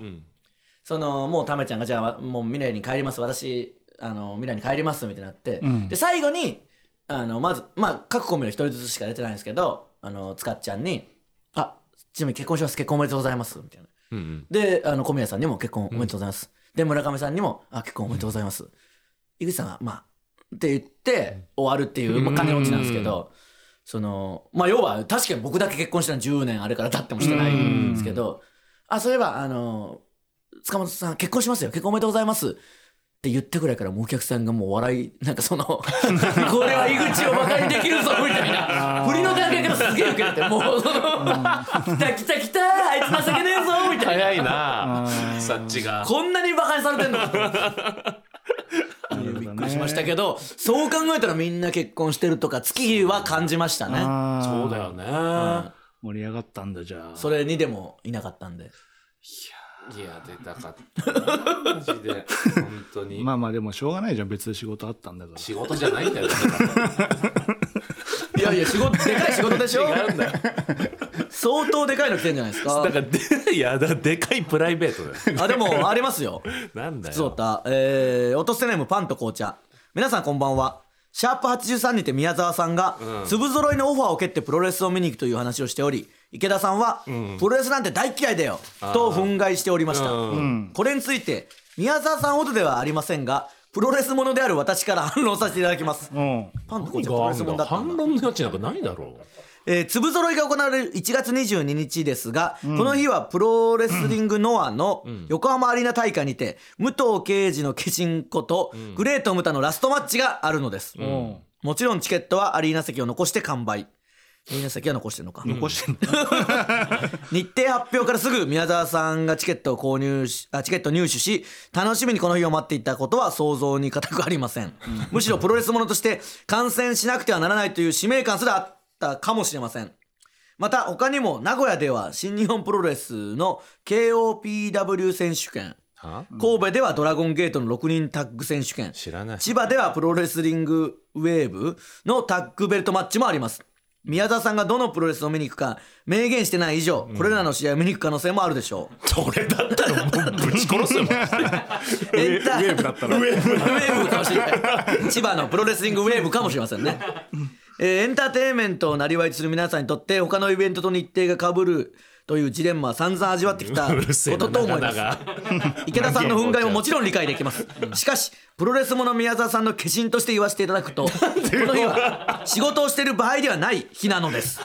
[SPEAKER 3] そのもうタメちゃんがじゃあもう未来に帰ります私あの未来に帰りますみたいになって、で最後にあのまずまあ各コンビの一人ずつしか出てないんですけどあのつかっちゃんに「あちなみに結婚します結婚おめでとうございます」みたいな。であの小宮さんにも結婚おめでとうございます、で村上さんにもあ結婚おめでとうございます、井口さんがまあって言って終わるっていう、まあ、金持ちなんですけど、そのまあ要は確かに僕だけ結婚したの10年あれから経ってもしてないんですけど、あそういえばあの塚本さん結婚しますよ結婚おめでとうございますって言ってくらいからもうお客さんがもう笑いなんか そのこれは井口を馬鹿にできるぞみたい な振りの段階からすげえウケててもうその来た来た来たあいつ情けねえぞみたいな
[SPEAKER 1] 早いな察知が
[SPEAKER 3] こんなに馬鹿にされて んのかと思って
[SPEAKER 2] るほどね
[SPEAKER 3] びっくりしましたけどそう考えたらみんな結婚してるとか月日は感じましたね
[SPEAKER 2] あー
[SPEAKER 1] そうだよね
[SPEAKER 2] 盛り上がったんだじゃあ
[SPEAKER 3] それにでもいなかったんで
[SPEAKER 1] いや出たかったなマジで本当に
[SPEAKER 2] まあまあでもしょうがないじゃん別で仕事あったんだから
[SPEAKER 1] 仕事じゃないんだよだ
[SPEAKER 3] いやいや仕事でかい仕事で しょ
[SPEAKER 1] から 違うんだよ
[SPEAKER 3] 相当でかいの来てんじゃ ないですか
[SPEAKER 1] だからでいやだでかいプライベートだよ
[SPEAKER 3] あでもありますよ
[SPEAKER 1] なんだ
[SPEAKER 3] そう
[SPEAKER 1] よ
[SPEAKER 3] だ、えー、落とせネームパンと紅茶皆さんこんばんはシャープ83にて宮沢さんが粒揃いのオファーを蹴ってプロレスを見に行くという話をしており池田さんは、プロレスなんて大嫌いだよと憤慨しておりました、これについて宮沢さんほどではありませんがプロレスものである私から反論させていただきます
[SPEAKER 2] うん
[SPEAKER 3] パンと
[SPEAKER 1] 何
[SPEAKER 3] 紅茶プロ
[SPEAKER 1] があん
[SPEAKER 3] レスも
[SPEAKER 1] だ
[SPEAKER 3] のだったんだ
[SPEAKER 1] 反論の余地なんかないだろ
[SPEAKER 3] えー、粒揃いが行われる1月22日ですが、この日はプロレスリングノアの横浜アリーナ大会にて、武藤敬司の化身こと、グレート・ムタのラストマッチがあるのです、
[SPEAKER 2] うん
[SPEAKER 3] もちろんチケットはアリーナ席を残して完売アリーナ席は残してるのか、
[SPEAKER 2] 残してんの
[SPEAKER 3] 日程発表からすぐ宮沢さんがチケットを購入しあチケットを入手し楽しみにこの日を待っていたことは想像に難くありません、むしろプロレスものとして観戦しなくてはならないという使命感すらあったかもしれませんまた他にも名古屋では新日本プロレスの KOPW 選手権
[SPEAKER 1] うは
[SPEAKER 3] 神戸ではドラゴンゲートの6人タッグ選手権
[SPEAKER 1] 知らない
[SPEAKER 3] 千葉ではプロレスリングウェーブのタッグベルトマッチもあります宮沢さんがどのプロレスを見に行くか明言してない以上これらの試合を見に行く可能性もあるでしょう、
[SPEAKER 1] 俺だったらもうぶち殺すよ
[SPEAKER 3] エン タ
[SPEAKER 2] ウェーブだったら
[SPEAKER 3] ウェーブかもしれない千葉のプロレスリングウェーブかもしれませんね、えーエンターテインメントをなりわいとする皆さんにとって他のイベントと日程が被るというジレンマは散々味わってきたこ
[SPEAKER 1] うるせえな
[SPEAKER 3] とと思います
[SPEAKER 1] なか
[SPEAKER 3] 池田さんの憤慨ももちろん理解できますしかしプロレスもの宮沢さんの化身として言わせていただくとこの日は仕事をしている場合ではない日なのです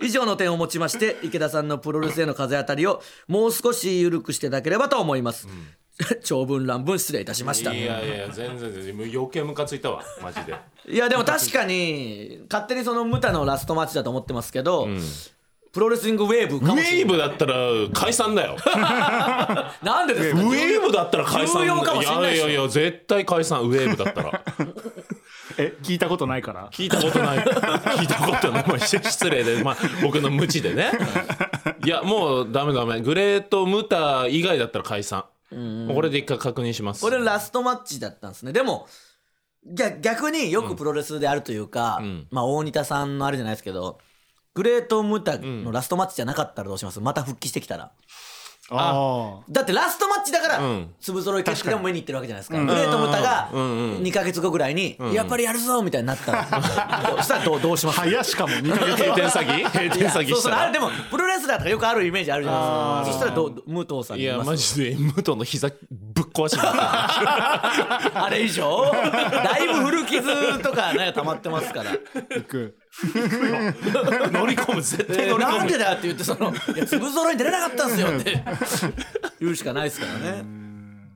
[SPEAKER 3] 以上の点をもちまして池田さんのプロレスへの風当たりをもう少し緩くしていただければと思います、長文乱文失礼いたしました
[SPEAKER 1] いやいや全然全然もう余計ムカついたわマジで
[SPEAKER 3] いやでも確かに勝手にそのムタのラストマッチだと思ってますけど、プロレスリングウェーブか
[SPEAKER 1] ウ
[SPEAKER 3] もし
[SPEAKER 1] ェ
[SPEAKER 3] れ
[SPEAKER 1] ー
[SPEAKER 3] ない
[SPEAKER 1] ブだったら解散だよ
[SPEAKER 3] なんで です
[SPEAKER 1] ウ
[SPEAKER 3] か
[SPEAKER 1] ェーブだったら解散
[SPEAKER 3] 重要かもしれないで
[SPEAKER 1] い
[SPEAKER 3] しょ
[SPEAKER 1] やいやいや絶対解散ウェーブだったら
[SPEAKER 2] え聞いたことないから
[SPEAKER 1] 聞いたことない聞いたことないまあ失礼で、まあ、僕の無知でねいやもうダメダメグレート・ムタ以外だったら解散もうこれで一回確認します
[SPEAKER 3] これラストマッチだったんですねでも逆逆によくプロレスであるというか、まあ、大仁田さんのあれじゃないですけどグレート・ムタのラストマッチじゃなかったらどうします、また復帰してきたら
[SPEAKER 2] あ
[SPEAKER 3] だってラストマッチだから、
[SPEAKER 1] うん
[SPEAKER 3] 粒揃い決勝でも見に行ってるわけじゃないですか、グレート・ムタが2ヶ月後ぐらいに、やっぱりやるぞみたいになったら、 どうしたらどうどうします
[SPEAKER 2] あ早しかも2ヶ月
[SPEAKER 1] 閉店詐欺閉店詐欺
[SPEAKER 3] そう
[SPEAKER 1] し
[SPEAKER 3] そ
[SPEAKER 1] た
[SPEAKER 3] うあれ
[SPEAKER 1] ら
[SPEAKER 3] でもプロレスラーとかよくあるイメージあるじゃないですかそしたらどう武藤さん
[SPEAKER 1] い
[SPEAKER 3] に言い
[SPEAKER 1] や
[SPEAKER 3] ます
[SPEAKER 1] マジで武藤の膝ぶっ壊しに行く
[SPEAKER 3] あれ以上 だいぶ古傷とかね溜まってますから
[SPEAKER 2] 行く
[SPEAKER 1] 乗り込む絶対
[SPEAKER 3] え
[SPEAKER 1] 乗
[SPEAKER 3] ー
[SPEAKER 1] り
[SPEAKER 3] な
[SPEAKER 1] 込
[SPEAKER 3] ん
[SPEAKER 1] む
[SPEAKER 3] でだよって言ってその「いや粒揃いに出れなかったんですよ」って言うしかないですからね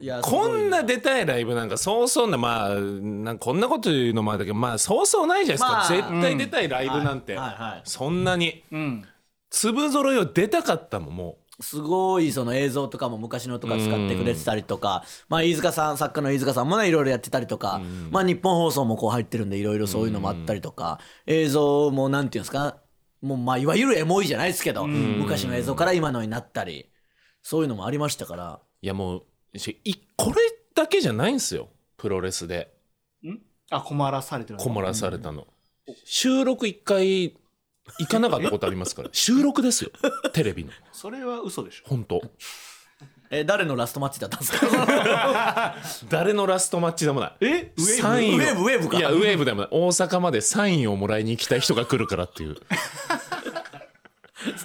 [SPEAKER 3] いや
[SPEAKER 1] こん
[SPEAKER 3] な
[SPEAKER 1] な出たいライブなんかそうそうなまあなんかこんなこと言うのもあれだけどまあそうそうないじゃないですか、
[SPEAKER 3] まあ
[SPEAKER 1] 絶対出たいライブなんて、
[SPEAKER 3] はいはいはい
[SPEAKER 1] そんなに
[SPEAKER 2] うん
[SPEAKER 1] 粒揃いを出たかったもんも
[SPEAKER 3] すごいその映像とかも昔のとか使ってくれてたりとか、まあ、飯塚さん作家の飯塚さんもねいろいろやってたりとか、まあ、日本放送もこう入ってるんでいろいろそういうのもあったりとか、映像もなんていうんですかもうまあいわゆるエモいじゃないですけど、昔の映像から今のになったりそういうのもありましたから
[SPEAKER 1] ういやもうしいこれだけじゃないんですよプロレスで
[SPEAKER 2] あ困らされてる
[SPEAKER 1] 困らされたの、収録一回行かなかったことあり ますから収録ですよテレビの
[SPEAKER 2] それは嘘でしょ
[SPEAKER 1] 本当
[SPEAKER 3] え誰のラストマッチだったんですか
[SPEAKER 1] 誰のラストマッチでもない
[SPEAKER 2] えウェ
[SPEAKER 1] サインを
[SPEAKER 3] ウェーブウェーブか
[SPEAKER 1] いやウェーブでもない大阪までサインをもらいに行きたい人が来るからっていう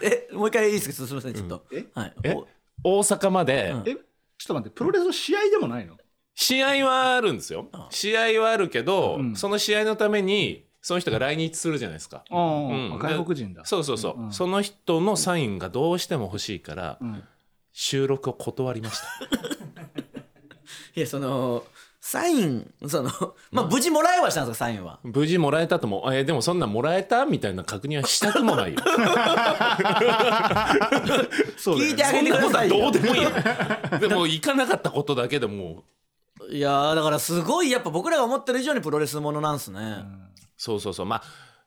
[SPEAKER 3] えもう一回いいですかすみませんちょっと、
[SPEAKER 2] うんえ
[SPEAKER 3] はい
[SPEAKER 1] え
[SPEAKER 3] お
[SPEAKER 1] 大阪まで、
[SPEAKER 3] うん
[SPEAKER 2] えちょっと待ってプロレスの試合でもないの
[SPEAKER 1] 試合はあるんですよ試合はあるけど、
[SPEAKER 2] うん
[SPEAKER 1] その試合のためにその人が来日するじゃないですか、
[SPEAKER 2] あ
[SPEAKER 1] う
[SPEAKER 2] あ
[SPEAKER 1] ん
[SPEAKER 2] 外国人だ
[SPEAKER 1] そうそうそう、
[SPEAKER 2] うん
[SPEAKER 1] その人のサインがどうしても欲しいから、
[SPEAKER 2] うん
[SPEAKER 1] 収録を断りました
[SPEAKER 3] いやそのサインそのまあ無事もらえはしたんですかサインは
[SPEAKER 1] 無事もらえたとも、えーでもそんなんもらえたみたいな確認はしたくもないよ。
[SPEAKER 2] そうだよ
[SPEAKER 3] 聞いて
[SPEAKER 2] ね
[SPEAKER 3] あ
[SPEAKER 1] そん
[SPEAKER 3] げて
[SPEAKER 1] な
[SPEAKER 3] くだ
[SPEAKER 1] こと
[SPEAKER 3] さ
[SPEAKER 1] はい
[SPEAKER 3] よ
[SPEAKER 1] どうでもいいよ。 でも行かなかったことだけでもう、
[SPEAKER 3] いやーだからすごいやっぱ僕らが思ってる以上にプロレスものなんですね、
[SPEAKER 1] そうそうそう、まあ、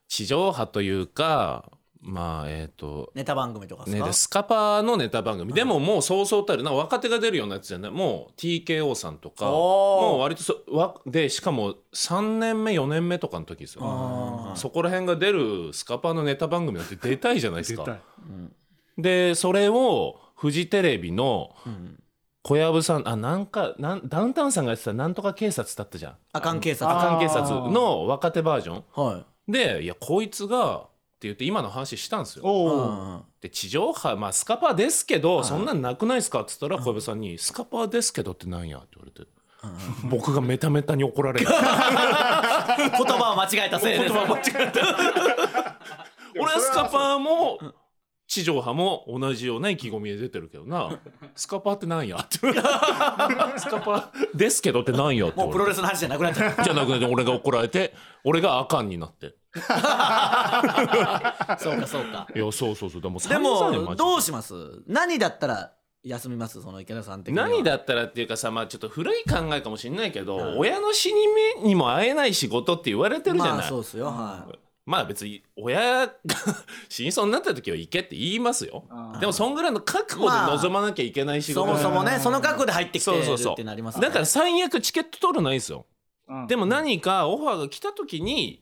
[SPEAKER 1] 地上波というか、まあ、えっ、と、
[SPEAKER 3] ネタ番組とかです
[SPEAKER 1] ね
[SPEAKER 3] か、
[SPEAKER 1] でスカパーのネタ番組、でももうそうそうたるなんか若手が出るようなやつじゃないもう TKO さんとか
[SPEAKER 3] おー
[SPEAKER 1] もう割とそわでしかも3年目4年目とかの時ですよ
[SPEAKER 3] あー
[SPEAKER 1] そこら辺が出るスカパーのネタ番組なんて出たいじゃないですか
[SPEAKER 2] 絶対
[SPEAKER 1] でそれをフジテレビの
[SPEAKER 3] うん
[SPEAKER 1] 小籔さんあなんかなんダウンタウンさんがやってたなんとか警察だったじゃん
[SPEAKER 3] あかん警察
[SPEAKER 1] 阿
[SPEAKER 2] あ
[SPEAKER 1] 寒警察の若手バージョン
[SPEAKER 3] はい
[SPEAKER 1] でいやこいつがって言って今の話したんですよ
[SPEAKER 2] お
[SPEAKER 3] う
[SPEAKER 2] お
[SPEAKER 3] んうん
[SPEAKER 1] で地上波まあスカパーですけどそんなんなくないですかっつったら小籔さんに「スカパーですけどってなんや?」って言われて僕がメタメタに怒られる
[SPEAKER 3] 言葉を間違えたせい
[SPEAKER 1] 言
[SPEAKER 3] で
[SPEAKER 1] 葉間違えた俺はスカパーも地上波も同じような意気込みで出てるけどなスカパーってなんやって スカパーですけどってなんやって言
[SPEAKER 3] もう
[SPEAKER 1] われ
[SPEAKER 3] プロ
[SPEAKER 1] て
[SPEAKER 3] レスの話じゃなくなっちゃっ
[SPEAKER 1] じゃなくて俺が怒られて俺があかんになって
[SPEAKER 3] たそうかそうか
[SPEAKER 1] いやそうそうそうでも
[SPEAKER 3] で
[SPEAKER 1] 散々よマ
[SPEAKER 3] も
[SPEAKER 1] ジで
[SPEAKER 3] どうします何だったら休みますその池田さん的には
[SPEAKER 1] 何だったらっていうかさまあちょっと古い考えかもしれないけど、親の死に目にも会えない仕事って言われてるじゃない、
[SPEAKER 3] まあそうっすよはい
[SPEAKER 1] まあ別に親が 死にそうになった時は行けって言いますよ
[SPEAKER 2] あー
[SPEAKER 1] でもそんぐらいの覚悟で臨まなきゃいけない仕
[SPEAKER 3] そ
[SPEAKER 1] 事
[SPEAKER 3] も
[SPEAKER 1] だ
[SPEAKER 3] そ
[SPEAKER 1] から
[SPEAKER 3] もねその覚悟で入ってきてる
[SPEAKER 1] そうそうそう
[SPEAKER 3] ってなりますね
[SPEAKER 1] だから最悪チケット取るのはいいですよ
[SPEAKER 2] うん
[SPEAKER 1] でも何かオファーが来た時に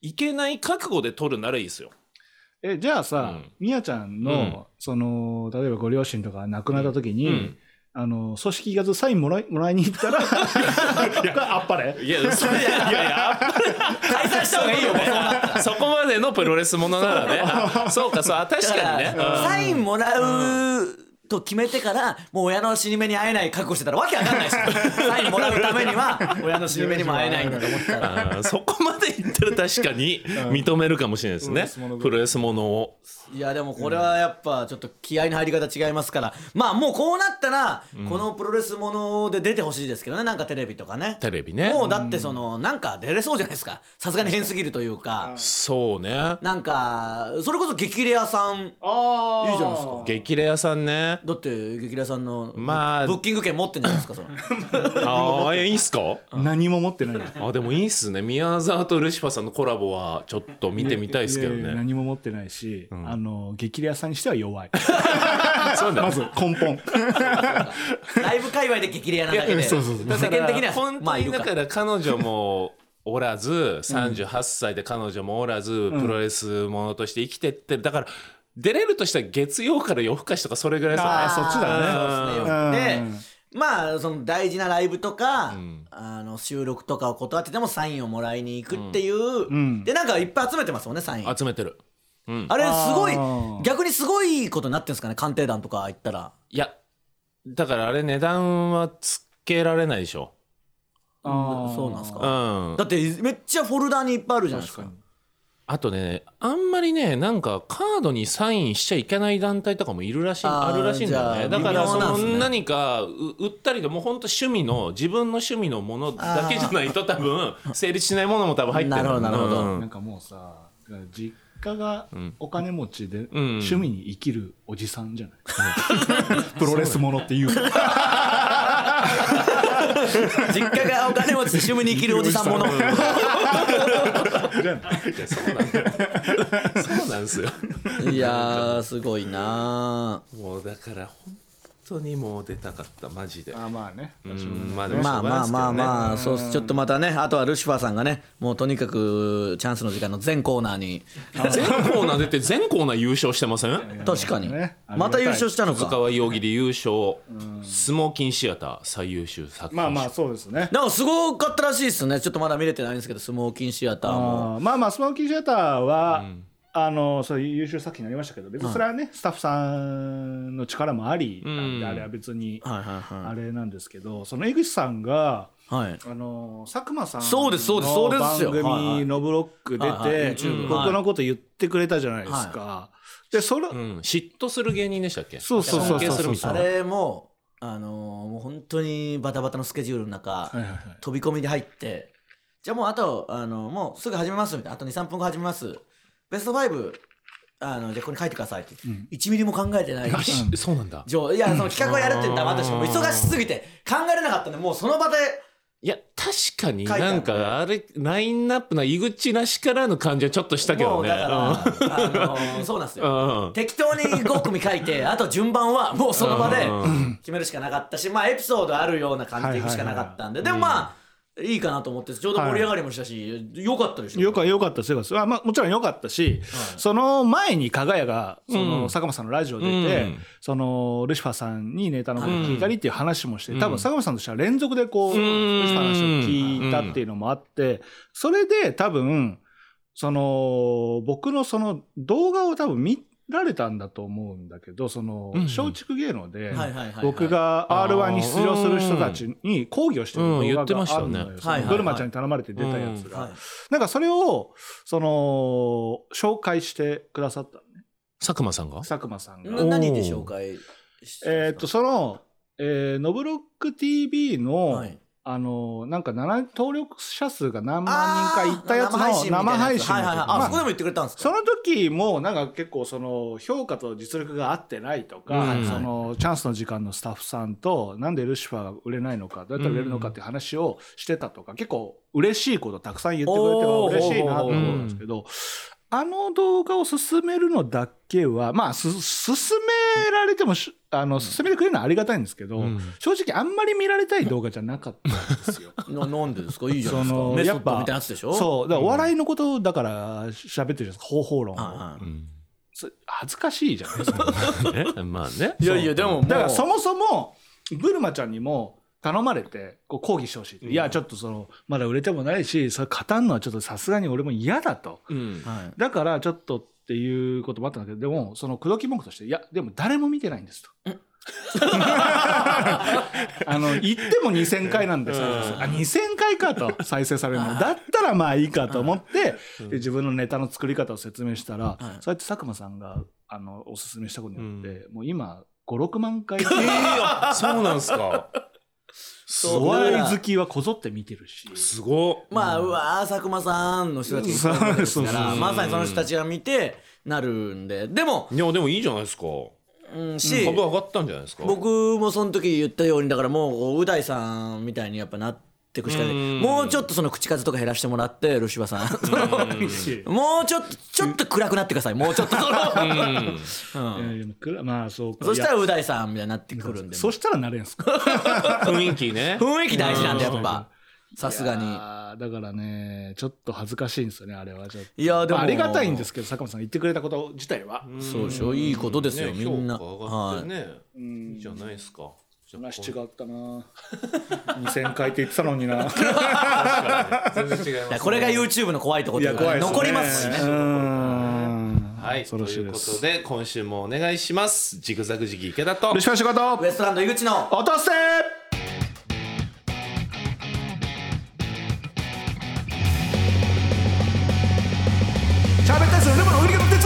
[SPEAKER 1] 行けない覚悟で取るならいいですよ
[SPEAKER 2] えじゃあ
[SPEAKER 1] う
[SPEAKER 2] さ
[SPEAKER 1] ん
[SPEAKER 2] みやちゃん
[SPEAKER 1] うん
[SPEAKER 2] のその例えばご両親とか亡くなった時
[SPEAKER 1] う
[SPEAKER 2] に
[SPEAKER 1] ん
[SPEAKER 2] あの組織がずサインもらいもらいに行った らいやあっぱれ
[SPEAKER 1] いやそれいやいや
[SPEAKER 3] 解散した方がいいよもうそうなったら
[SPEAKER 1] そこまでのプロレスものならね。あそうか、そう、あ確かにね
[SPEAKER 3] だ。からサインもらうと決めてからもう親の死に目に会えない覚悟してたらわけわかんない ですよサインもらうためには親の死に目にも会えないんだと思ったら
[SPEAKER 1] うんあーそこまで言ったら確かに認めるかもしれないですね。プロレスものを。
[SPEAKER 3] いやでもこれはやっぱちょっと気合の入り方違いますからまあもうこうなったらこのプロレスもので出てほしいですけどねなんかテレビとかね
[SPEAKER 1] テレビね。
[SPEAKER 3] もうだってそのなんか出れそうじゃないですかさすがに変すぎるというか
[SPEAKER 1] そうね。
[SPEAKER 3] なんかそれこそ激レアさん
[SPEAKER 2] あ
[SPEAKER 3] いいじゃないですか
[SPEAKER 1] 激レアさんね。
[SPEAKER 3] だって激レアさんの
[SPEAKER 1] まあ
[SPEAKER 3] ブッキング券持ってんじゃないですかその
[SPEAKER 1] ああ、えいいっすか
[SPEAKER 2] 何も持ってないよ
[SPEAKER 1] あでもいいっすね。宮沢とルシファーさんのコラボはちょっと見てみたいですけど
[SPEAKER 2] いやいや
[SPEAKER 1] ね。
[SPEAKER 2] 何も持ってないし、
[SPEAKER 1] ん
[SPEAKER 2] あの激レアさんにしては弱い
[SPEAKER 1] そうだ
[SPEAKER 2] まず根本
[SPEAKER 3] ライブ界隈で激レアなだけ
[SPEAKER 1] い
[SPEAKER 3] で
[SPEAKER 1] や
[SPEAKER 2] そうそうそう
[SPEAKER 3] 世間的には
[SPEAKER 1] 本
[SPEAKER 3] ま
[SPEAKER 1] 当
[SPEAKER 3] あい
[SPEAKER 1] に
[SPEAKER 3] る
[SPEAKER 1] だ
[SPEAKER 3] か
[SPEAKER 1] から彼女もおらず38歳で彼女もおらずプロレスものとして生きてってるだから出れるとしたら月曜から夜更かしとかそれぐらい
[SPEAKER 2] あ
[SPEAKER 1] さ
[SPEAKER 2] ーそっち
[SPEAKER 3] だ
[SPEAKER 2] だね
[SPEAKER 3] ね。で、まあその大事なライブとか、あの収録とかを断っててもサインをもらいに行くっていう、
[SPEAKER 2] ん
[SPEAKER 3] でなんかいっぱい集めてますもんねサイン。
[SPEAKER 1] 集めてる
[SPEAKER 3] あれすごい
[SPEAKER 2] あー
[SPEAKER 3] 逆にすごいことになってんですかね鑑定団とか行ったら。
[SPEAKER 1] いやだからあれ値段はつけられないでしょ
[SPEAKER 2] あー
[SPEAKER 3] そうなんです
[SPEAKER 1] う
[SPEAKER 3] か。
[SPEAKER 1] ん
[SPEAKER 3] だってめっちゃフォルダにいっぱいあるじゃないですか。
[SPEAKER 1] あとねあんまりねなんかカードにサインしちゃいけない団体とかもいるらしい
[SPEAKER 3] あ
[SPEAKER 1] あ
[SPEAKER 3] ー
[SPEAKER 1] るらしいんだよね
[SPEAKER 3] じゃ
[SPEAKER 1] だ
[SPEAKER 3] あ
[SPEAKER 1] から
[SPEAKER 3] 微
[SPEAKER 1] そ
[SPEAKER 3] 妙なん
[SPEAKER 1] の
[SPEAKER 3] すね
[SPEAKER 1] 何かう売ったりともうほんと趣味の自分の趣味のものだけじゃないと多分成立しないものも多分入ってる
[SPEAKER 3] なるほどなるほど
[SPEAKER 1] うん
[SPEAKER 2] なんかもうさ実家がお金持ちで
[SPEAKER 1] ん
[SPEAKER 2] 趣味に生きるおじさんじゃない、 プロレスものっていうか
[SPEAKER 3] 実家がお金持ちで趣味に生きるおじさんもの。
[SPEAKER 1] いやそうなんだよそうなんですよ
[SPEAKER 3] いやーすごいなー。
[SPEAKER 1] もうだから本当にもう出たかったマジで
[SPEAKER 2] あまあね
[SPEAKER 1] うんまあでもし
[SPEAKER 3] ま
[SPEAKER 1] ょ
[SPEAKER 3] あ
[SPEAKER 1] うがないです
[SPEAKER 3] まあ
[SPEAKER 1] け
[SPEAKER 3] ま
[SPEAKER 1] ど
[SPEAKER 3] あ
[SPEAKER 1] ね
[SPEAKER 3] まあ、そうっすちょっとまたね、あとはルシファーさんがね、もうとにかくチャンスの時間の全コーナーに、
[SPEAKER 1] 全コーナー出て全コーナー優勝してません
[SPEAKER 3] 確かに
[SPEAKER 2] ね、
[SPEAKER 3] また優勝したの
[SPEAKER 1] 塚
[SPEAKER 3] か。
[SPEAKER 1] 川容疑で優勝スモーキンシアター最優秀作品
[SPEAKER 2] まあ
[SPEAKER 1] 賞
[SPEAKER 2] まあそうですね
[SPEAKER 3] なんかすごかったらしいですね、ちょっとまだ見れてないんですけど、スモーキンシアターも。
[SPEAKER 2] あーまあまあスモーキーシアターは、あのそういう優秀作品になりましたけど別にそれはね、スタッフさんの力もありなんで、あれは別に
[SPEAKER 3] はいはい
[SPEAKER 2] あれなんですけど、その江口さんが
[SPEAKER 3] はい。はい。
[SPEAKER 2] あの佐久間さん
[SPEAKER 3] そうですそうですそ
[SPEAKER 2] の
[SPEAKER 3] うです
[SPEAKER 2] 番
[SPEAKER 3] よはいは
[SPEAKER 2] 組
[SPEAKER 3] い
[SPEAKER 2] のブロック出
[SPEAKER 3] はいはい
[SPEAKER 2] て
[SPEAKER 3] YouTube
[SPEAKER 2] 僕のこと言ってくれたじゃないですか、でそれ、
[SPEAKER 1] うん嫉妬する芸人でしたっけ
[SPEAKER 2] そうそうそうそう
[SPEAKER 1] 尊敬するみた
[SPEAKER 3] あ
[SPEAKER 1] いな
[SPEAKER 3] れも、あのーもう本当にバタバタのスケジュールの中
[SPEAKER 2] はいはいはい、
[SPEAKER 3] 飛び込みで入って、じゃあもうあと、あのもうすぐ始めますみたいな、あと2、3分後始めます。ベスト5、あの、じゃあここに書いてくださいって、1ミリも考えてない。
[SPEAKER 1] あしそうなんだ
[SPEAKER 3] じょいやその企画をやるって言ったら私も忙しすぎて考えれなかったんでもうその場で
[SPEAKER 1] いや確かに
[SPEAKER 3] 書いてある
[SPEAKER 1] なんかあれラインナップな井口らしからぬ感じはちょっとしたけ
[SPEAKER 3] も
[SPEAKER 1] ど
[SPEAKER 3] う
[SPEAKER 1] ね
[SPEAKER 3] だから、あのそうなんですよ
[SPEAKER 1] うんうん
[SPEAKER 3] 適当に5組書 いてあと順番はもうその場で
[SPEAKER 1] う
[SPEAKER 3] 決めるしかなかったしまあエピソードあるような感じでいくしかなかったんで、でもまあ、いいかなと思ってちょうど盛り上がりもしたし、良よかったでしょ
[SPEAKER 2] よかよかったですよ、まあ、まあもちろんよかったし、その前に加賀谷がその、
[SPEAKER 1] うん
[SPEAKER 2] 佐久間さんのラジオ出
[SPEAKER 1] う
[SPEAKER 2] て、
[SPEAKER 1] ん
[SPEAKER 2] そのルシファーさんにネタのこと聞いたりっていう話もして、多分佐久間さんとしては連続でこう、
[SPEAKER 1] ん
[SPEAKER 2] ルシファーの話を聞いたっていうのもあってそれで多分その僕のその動画を多分見られたんだと思うんだけどその
[SPEAKER 1] うん
[SPEAKER 2] 松竹芸能で
[SPEAKER 3] はいはいはいはい
[SPEAKER 2] 僕が
[SPEAKER 1] あー
[SPEAKER 2] r 1に出場する人たちに抗議をしてる動
[SPEAKER 1] うん言
[SPEAKER 2] 画
[SPEAKER 1] ってまし
[SPEAKER 2] があ
[SPEAKER 1] た
[SPEAKER 2] る
[SPEAKER 1] ね
[SPEAKER 2] のよそ
[SPEAKER 3] はい
[SPEAKER 2] の
[SPEAKER 3] はいはい
[SPEAKER 2] ドルマちゃんに頼まれて出たやつが
[SPEAKER 3] はい。
[SPEAKER 2] なんかそれをその紹介してくださったのね
[SPEAKER 1] 佐久間さんが
[SPEAKER 2] 佐久間さん
[SPEAKER 3] な
[SPEAKER 2] が。
[SPEAKER 3] 何で紹介し
[SPEAKER 2] えーっとその「えーノブロック TV の」
[SPEAKER 3] はい
[SPEAKER 2] あのなんか7登録者数が何万人かいったやつの
[SPEAKER 3] あー
[SPEAKER 2] 生配
[SPEAKER 3] み
[SPEAKER 2] 信
[SPEAKER 3] たいなやつはいはいはいあ
[SPEAKER 2] まあ
[SPEAKER 3] そこでも言ってくれたんですか
[SPEAKER 2] その時もなんか結構その評価と実力が合ってないとか、
[SPEAKER 1] うん
[SPEAKER 2] そのチャンスの時間のスタッフさんとなんでルシファーが売れないのかどうやったら売れるのかっていう話をしてたとか、結構嬉しいことたくさん言ってくれては
[SPEAKER 3] おー
[SPEAKER 2] 嬉しいなと思うんですけど。あの動画を進めるのだけは、まあ、す進められてもし、あの、進めてくれるのはありがたいんですけど、
[SPEAKER 1] うん
[SPEAKER 2] 正直あんまり見られたい動画じゃなかったんですよ。
[SPEAKER 3] ななんでですかいいじゃな
[SPEAKER 2] そ
[SPEAKER 3] いですか
[SPEAKER 2] の
[SPEAKER 3] メソ
[SPEAKER 2] や
[SPEAKER 3] ッ
[SPEAKER 2] っ
[SPEAKER 3] ド
[SPEAKER 2] ぱ
[SPEAKER 3] みたいなやつでし ょ
[SPEAKER 2] そうだからお笑いのことだから喋ってるじゃないですか方法論を、
[SPEAKER 3] はいはい
[SPEAKER 1] うん
[SPEAKER 2] そ恥ずかしいじゃないですか
[SPEAKER 1] ね まあね
[SPEAKER 3] いやいやでももう
[SPEAKER 2] だからそもそもブルマちゃんにも頼まれてこう抗議してほしいって、いやちょっとそのまだ売れてもないしそれ語るのはちょっとさすがに俺も嫌だと
[SPEAKER 1] うん
[SPEAKER 3] はい
[SPEAKER 2] だからちょっとっていうこともあったんだけどでもその口説き文句としていやでも誰も見てないんですと。 あの言っても2000回なんですよ、あ2000回かと再生されるのだったらまあいいかと思って、で自分のネタの作り方を説明したら、そうやって佐久間さんがあのおすすめしたことによって、もう今56万回
[SPEAKER 1] そうなんすかす
[SPEAKER 2] お
[SPEAKER 1] ごい
[SPEAKER 2] 笑い好きはこぞって見てるし
[SPEAKER 1] すごい
[SPEAKER 3] まあ、うわー佐久間さんの人たち
[SPEAKER 2] そう
[SPEAKER 3] がです
[SPEAKER 2] そ
[SPEAKER 3] か
[SPEAKER 2] うそう
[SPEAKER 3] ら
[SPEAKER 2] そう
[SPEAKER 3] まさにその人たちが見てなるんででも、
[SPEAKER 1] いやでもいいじゃないですか
[SPEAKER 3] うん、し
[SPEAKER 1] 株上がったんじゃないですか
[SPEAKER 3] 僕もその時言ったようにだからもうう大さんみたいにやっぱなってくしかない
[SPEAKER 1] うん
[SPEAKER 3] もうちょっとその口数とか減らしてもらってルシファさんその もうちょっとちょっと暗くなってくださいもうちょっとその、
[SPEAKER 2] いやいやくらまあそうか
[SPEAKER 3] そした
[SPEAKER 2] い
[SPEAKER 3] らう大さんみたいになってくるん
[SPEAKER 2] や
[SPEAKER 3] で
[SPEAKER 2] そしたらなれんすか
[SPEAKER 1] 雰囲気ね
[SPEAKER 3] 雰囲気大事なんでやっぱさすが
[SPEAKER 2] い
[SPEAKER 3] に。
[SPEAKER 2] やーだからねちょっと恥ずかしいんですよねあれはちょっと
[SPEAKER 3] いやでも
[SPEAKER 2] まあありがたいんですけど坂本さんが言ってくれたこと自体は、
[SPEAKER 3] そうでしょいいことですよ、
[SPEAKER 1] ね
[SPEAKER 3] みんな。
[SPEAKER 1] 評価上が
[SPEAKER 3] は
[SPEAKER 1] って
[SPEAKER 3] い
[SPEAKER 1] ねいいじゃないですかじゃあ
[SPEAKER 2] 話違ったな2000回って言ってたのに な
[SPEAKER 1] 全然違います
[SPEAKER 3] いや
[SPEAKER 1] ね
[SPEAKER 3] これが YouTube の怖いところで、残りますしね。
[SPEAKER 1] はいと
[SPEAKER 2] 恐ろし
[SPEAKER 1] い
[SPEAKER 2] いうで
[SPEAKER 1] こ
[SPEAKER 2] す
[SPEAKER 1] とで今週もお願いしますジグザグジギ池田と
[SPEAKER 2] ルシファー仕事
[SPEAKER 3] ウエストランド井口の
[SPEAKER 2] 落とせチャーベッタイスのレモの売り方鉄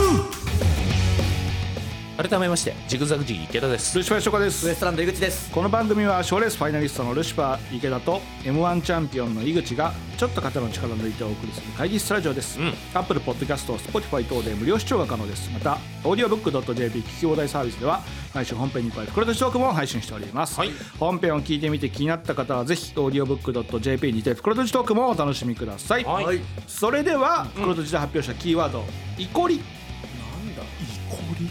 [SPEAKER 1] 改めましてジグザグジギ池田です
[SPEAKER 2] ルシファー仕事です
[SPEAKER 3] ウエストランド井口です。
[SPEAKER 2] この番組は賞レースファイナリストのルシファー池田と m 1チャンピオンの井口がちょっと肩の力を抜いてお送りする会議室ラジオです、アップルポッドキャスト Spotify 等で無料視聴が可能ですまたオーディオブック .jp 聞き放題サービスでは毎週本編に加えて黒とトークも配信しております、
[SPEAKER 1] はい
[SPEAKER 2] 本編を聞いてみて気になった方はぜひオーディオブック .jp にて袋とじトークもお楽しみください、
[SPEAKER 1] はいはい
[SPEAKER 2] それでは袋とじで発表したキーワード「イコリ」
[SPEAKER 1] イコリ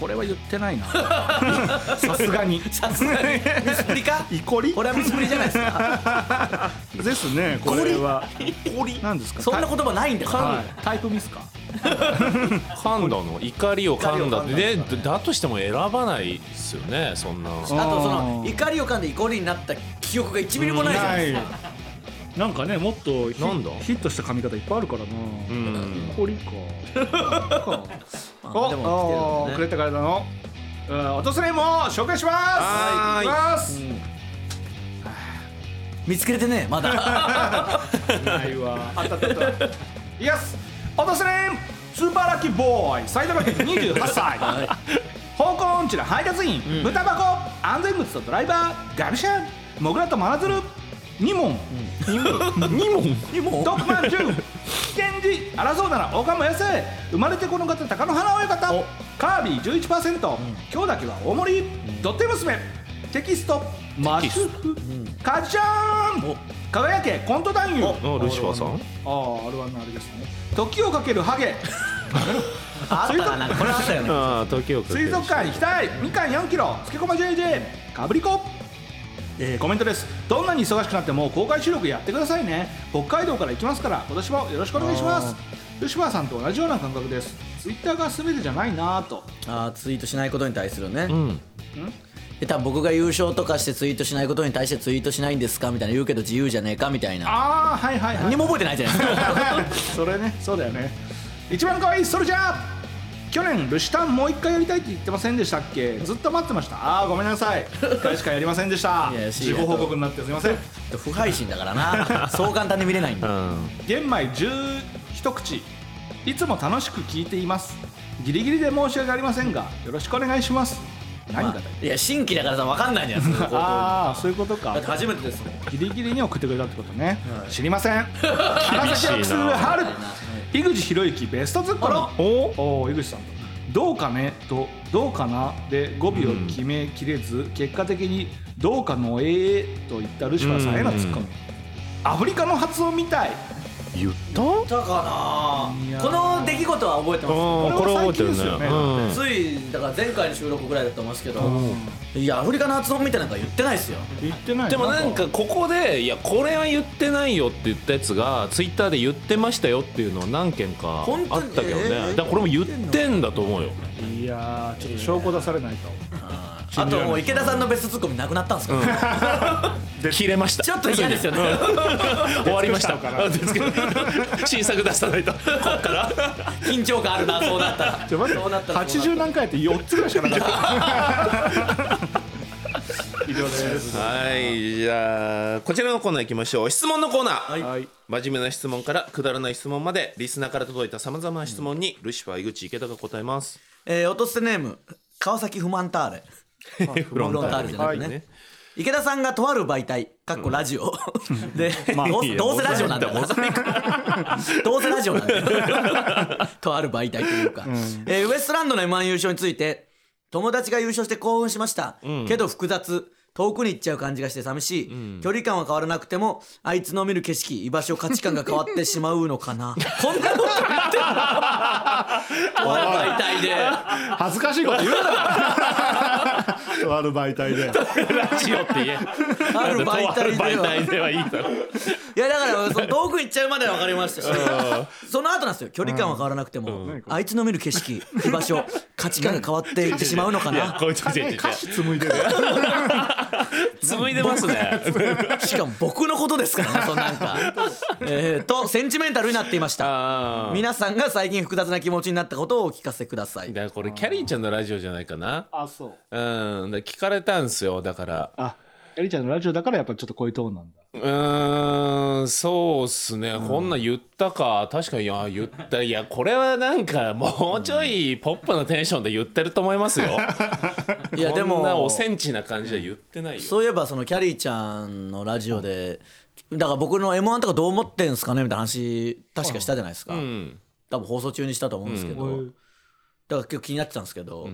[SPEAKER 2] これは言って ないなさすがに
[SPEAKER 3] さすがにミスプリか
[SPEAKER 2] いこり
[SPEAKER 3] これはミスプリじゃないですか
[SPEAKER 2] ですねこれは
[SPEAKER 1] 怒り
[SPEAKER 2] 何ですか
[SPEAKER 3] そんな言葉ないんだ
[SPEAKER 2] タイ
[SPEAKER 3] よ
[SPEAKER 2] はいタイプミスか
[SPEAKER 1] 噛んだの怒りを噛んだ
[SPEAKER 2] 怒り
[SPEAKER 1] でだとしても選ばないですよねそんな
[SPEAKER 2] う
[SPEAKER 3] あとその怒りを噛んで怒りになった記憶が1ミリもないじゃないですか
[SPEAKER 2] なんかねもっとヒ
[SPEAKER 1] なんだ
[SPEAKER 2] ヒットした髪型いっぱいあるからな
[SPEAKER 1] うん
[SPEAKER 2] こりか
[SPEAKER 3] あでも
[SPEAKER 2] お、くれたからだのうんおとすれも紹介します
[SPEAKER 1] はーい
[SPEAKER 2] きます
[SPEAKER 3] 見つけれてねま だ
[SPEAKER 2] ないわ。あったあったあった。イエス。おとすれん。スーパーラッキーボーイ。埼玉県28歳。 方向音痴な配達員、豚箱、安全靴とドライバー、ガルシャン、モグラとマナズル、二問、
[SPEAKER 1] 二問
[SPEAKER 3] でも
[SPEAKER 2] ドッグマンジュン、危険時、争うなら王冠も安い、生まれてこの方、貴乃花親方、カービィ11%、今日だけは大盛り、ドッテ娘、テキスト、マシュフ、カジャーン、輝け、コント男優、
[SPEAKER 1] あルシファーさん
[SPEAKER 2] ああ、あれはのあれですね。時をかけるハゲ、
[SPEAKER 3] あったかなこれあったよね
[SPEAKER 1] ああ時をかけ
[SPEAKER 2] 水
[SPEAKER 1] る
[SPEAKER 2] 族館行きたい、みかん4キロ、つけこま JJ、かぶりこ。えーコメントですどんなに忙しくなっても公開収録やってくださいね北海道から行きますから今年もよろしくお願いしますルシファーさんと同じような感覚ですツイッターが全てじゃないなぁと
[SPEAKER 3] あーツイートしないことに対するね
[SPEAKER 1] うん
[SPEAKER 3] で多分僕が優勝とかしてツイートしないことに対してツイートしないんですかみたいな言うけど自由じゃねえかみたいな
[SPEAKER 2] ああはいはいはい
[SPEAKER 3] 何にも覚えてないじゃないです か
[SPEAKER 2] それねそうだよね一番可愛いソルジャー去年ルシタンもう一回やりたいって言ってませんでしたっけずっと待ってましたああごめんなさい一回しかやりませんでした
[SPEAKER 3] いや
[SPEAKER 2] 自己報告になってすいません
[SPEAKER 3] 不配信だからなそう簡単に見れないん
[SPEAKER 1] う
[SPEAKER 3] だ
[SPEAKER 1] ん
[SPEAKER 2] 玄米11口いつも楽しく聞いていますギリギリで申し訳ありませんがよろしくお願いします何がだよ、
[SPEAKER 3] いや新規だからさ分かんな いじゃないですか
[SPEAKER 2] ああそういうことか
[SPEAKER 3] だって初めてですもん
[SPEAKER 2] ギリギリに送ってくれたってことね、知りません原崎
[SPEAKER 1] 厳しい
[SPEAKER 2] する
[SPEAKER 1] な
[SPEAKER 2] 春井口博之ベストツッコミ
[SPEAKER 3] あ
[SPEAKER 2] おお井口さんどうかねとどうかなで語尾を決めきれず、結果的にどうかのええと言ったルシファーさんへのツッコ
[SPEAKER 1] うん
[SPEAKER 2] ミ、アフリカの発音みたい
[SPEAKER 1] 言ったうん
[SPEAKER 3] だ
[SPEAKER 2] い
[SPEAKER 3] か
[SPEAKER 2] やー
[SPEAKER 3] なこの出来事は覚えてま
[SPEAKER 1] これ覚えてるね
[SPEAKER 2] これは最近ですよね
[SPEAKER 1] うん
[SPEAKER 3] すついだから前回の収録ぐらいだと思いますけどいやアフリカの発音みたいなんか言ってないですよ
[SPEAKER 2] 言ってない
[SPEAKER 1] でもなんかここで「いやこれは言ってないよ」って言ったやつがツイッターで言ってましたよっていうのは何件か
[SPEAKER 3] 本当
[SPEAKER 1] あっ
[SPEAKER 3] に
[SPEAKER 1] たけどね、
[SPEAKER 3] えー
[SPEAKER 1] だからこれも言ってんだと思うよ
[SPEAKER 2] いやーちょっと証拠出されないと、
[SPEAKER 3] あともう池田さんのベストツッコミなくなったんです か、
[SPEAKER 1] 切れました
[SPEAKER 3] ちょっと嫌ですよね
[SPEAKER 1] 終わりま した
[SPEAKER 2] 出尽くしたのか
[SPEAKER 1] あ出
[SPEAKER 2] な
[SPEAKER 1] 尽くした新作出さないとこっから
[SPEAKER 3] 緊張感あるなそうなったら
[SPEAKER 2] ちょ待っ
[SPEAKER 3] そうなっ
[SPEAKER 2] て
[SPEAKER 3] たらそうなったら
[SPEAKER 2] 80何回やって4つぐらいしかなかった以上です
[SPEAKER 1] はいじゃあこちらのコーナー行きましょう質問のコーナー、
[SPEAKER 3] はい
[SPEAKER 2] はい
[SPEAKER 1] 真面目な質問からくだらない質問までリスナーから届いたさまざまな質問に、ルシファー井口池田が答えます
[SPEAKER 3] えー、落とせネーム川崎フマンターレ
[SPEAKER 1] フ
[SPEAKER 3] ロンターレじゃなくてね、池田さんがとある媒体かっこラジ オ、で、どう
[SPEAKER 1] いや
[SPEAKER 3] せどうせラジオなんだよ
[SPEAKER 1] モザイ
[SPEAKER 3] どうせラジオなんだよ とある媒体というか、えーウエストランドの m 1優勝について友達が優勝して興奮しました、けど複雑遠くに行っちゃう感じがして寂しい、距離感は変わらなくてもあいつの見る景色居場所価値観が変わってしまうのか なこんなこと言ってんのとある媒体で
[SPEAKER 2] 恥ずかしいこと言うなとある媒体で
[SPEAKER 1] ラジオって言え
[SPEAKER 3] ある
[SPEAKER 1] と
[SPEAKER 3] 媒
[SPEAKER 1] ある
[SPEAKER 3] 体
[SPEAKER 1] 媒
[SPEAKER 3] では
[SPEAKER 1] 体ではいいだろ
[SPEAKER 3] いやだからその遠く行っちゃうまでは分かりましたしその後なんですよ距離感は変わらなくても、あいつの見る景 色居場所価値観が変わっていってしまうのか
[SPEAKER 1] いや
[SPEAKER 3] な
[SPEAKER 1] こいついやいやいや
[SPEAKER 2] 歌詞紡いでる
[SPEAKER 1] 紡いでますね
[SPEAKER 3] しかも僕のことですからねそのな んかえーとセンチメンタルになっていました
[SPEAKER 1] ああ
[SPEAKER 3] 皆さんが最近複雑な気持ちになったことをお聞かせください
[SPEAKER 1] だからこれキャリーちゃんのラジオじゃないかな
[SPEAKER 2] あそう
[SPEAKER 1] うんだから聞かれたんすよだから
[SPEAKER 2] あエリちゃんのラジオだからやっぱちょっとこういうトーンなんだ
[SPEAKER 1] うーんそうっすね、こんなん言ったか確かにいや言ったいやこれはなんかもうちょいポップなテンションで言ってると思います よ
[SPEAKER 3] いやで
[SPEAKER 1] こんなお
[SPEAKER 3] も
[SPEAKER 1] センチな感じで言ってないよ
[SPEAKER 3] そういえばそのキャリーちゃんのラジオでだから僕の m 1とかどう思ってんすかねみたいな話確かしたじゃないですか、
[SPEAKER 1] うん
[SPEAKER 3] 多分放送中にしたと思うんですけど、だから結構気になってたんですけど、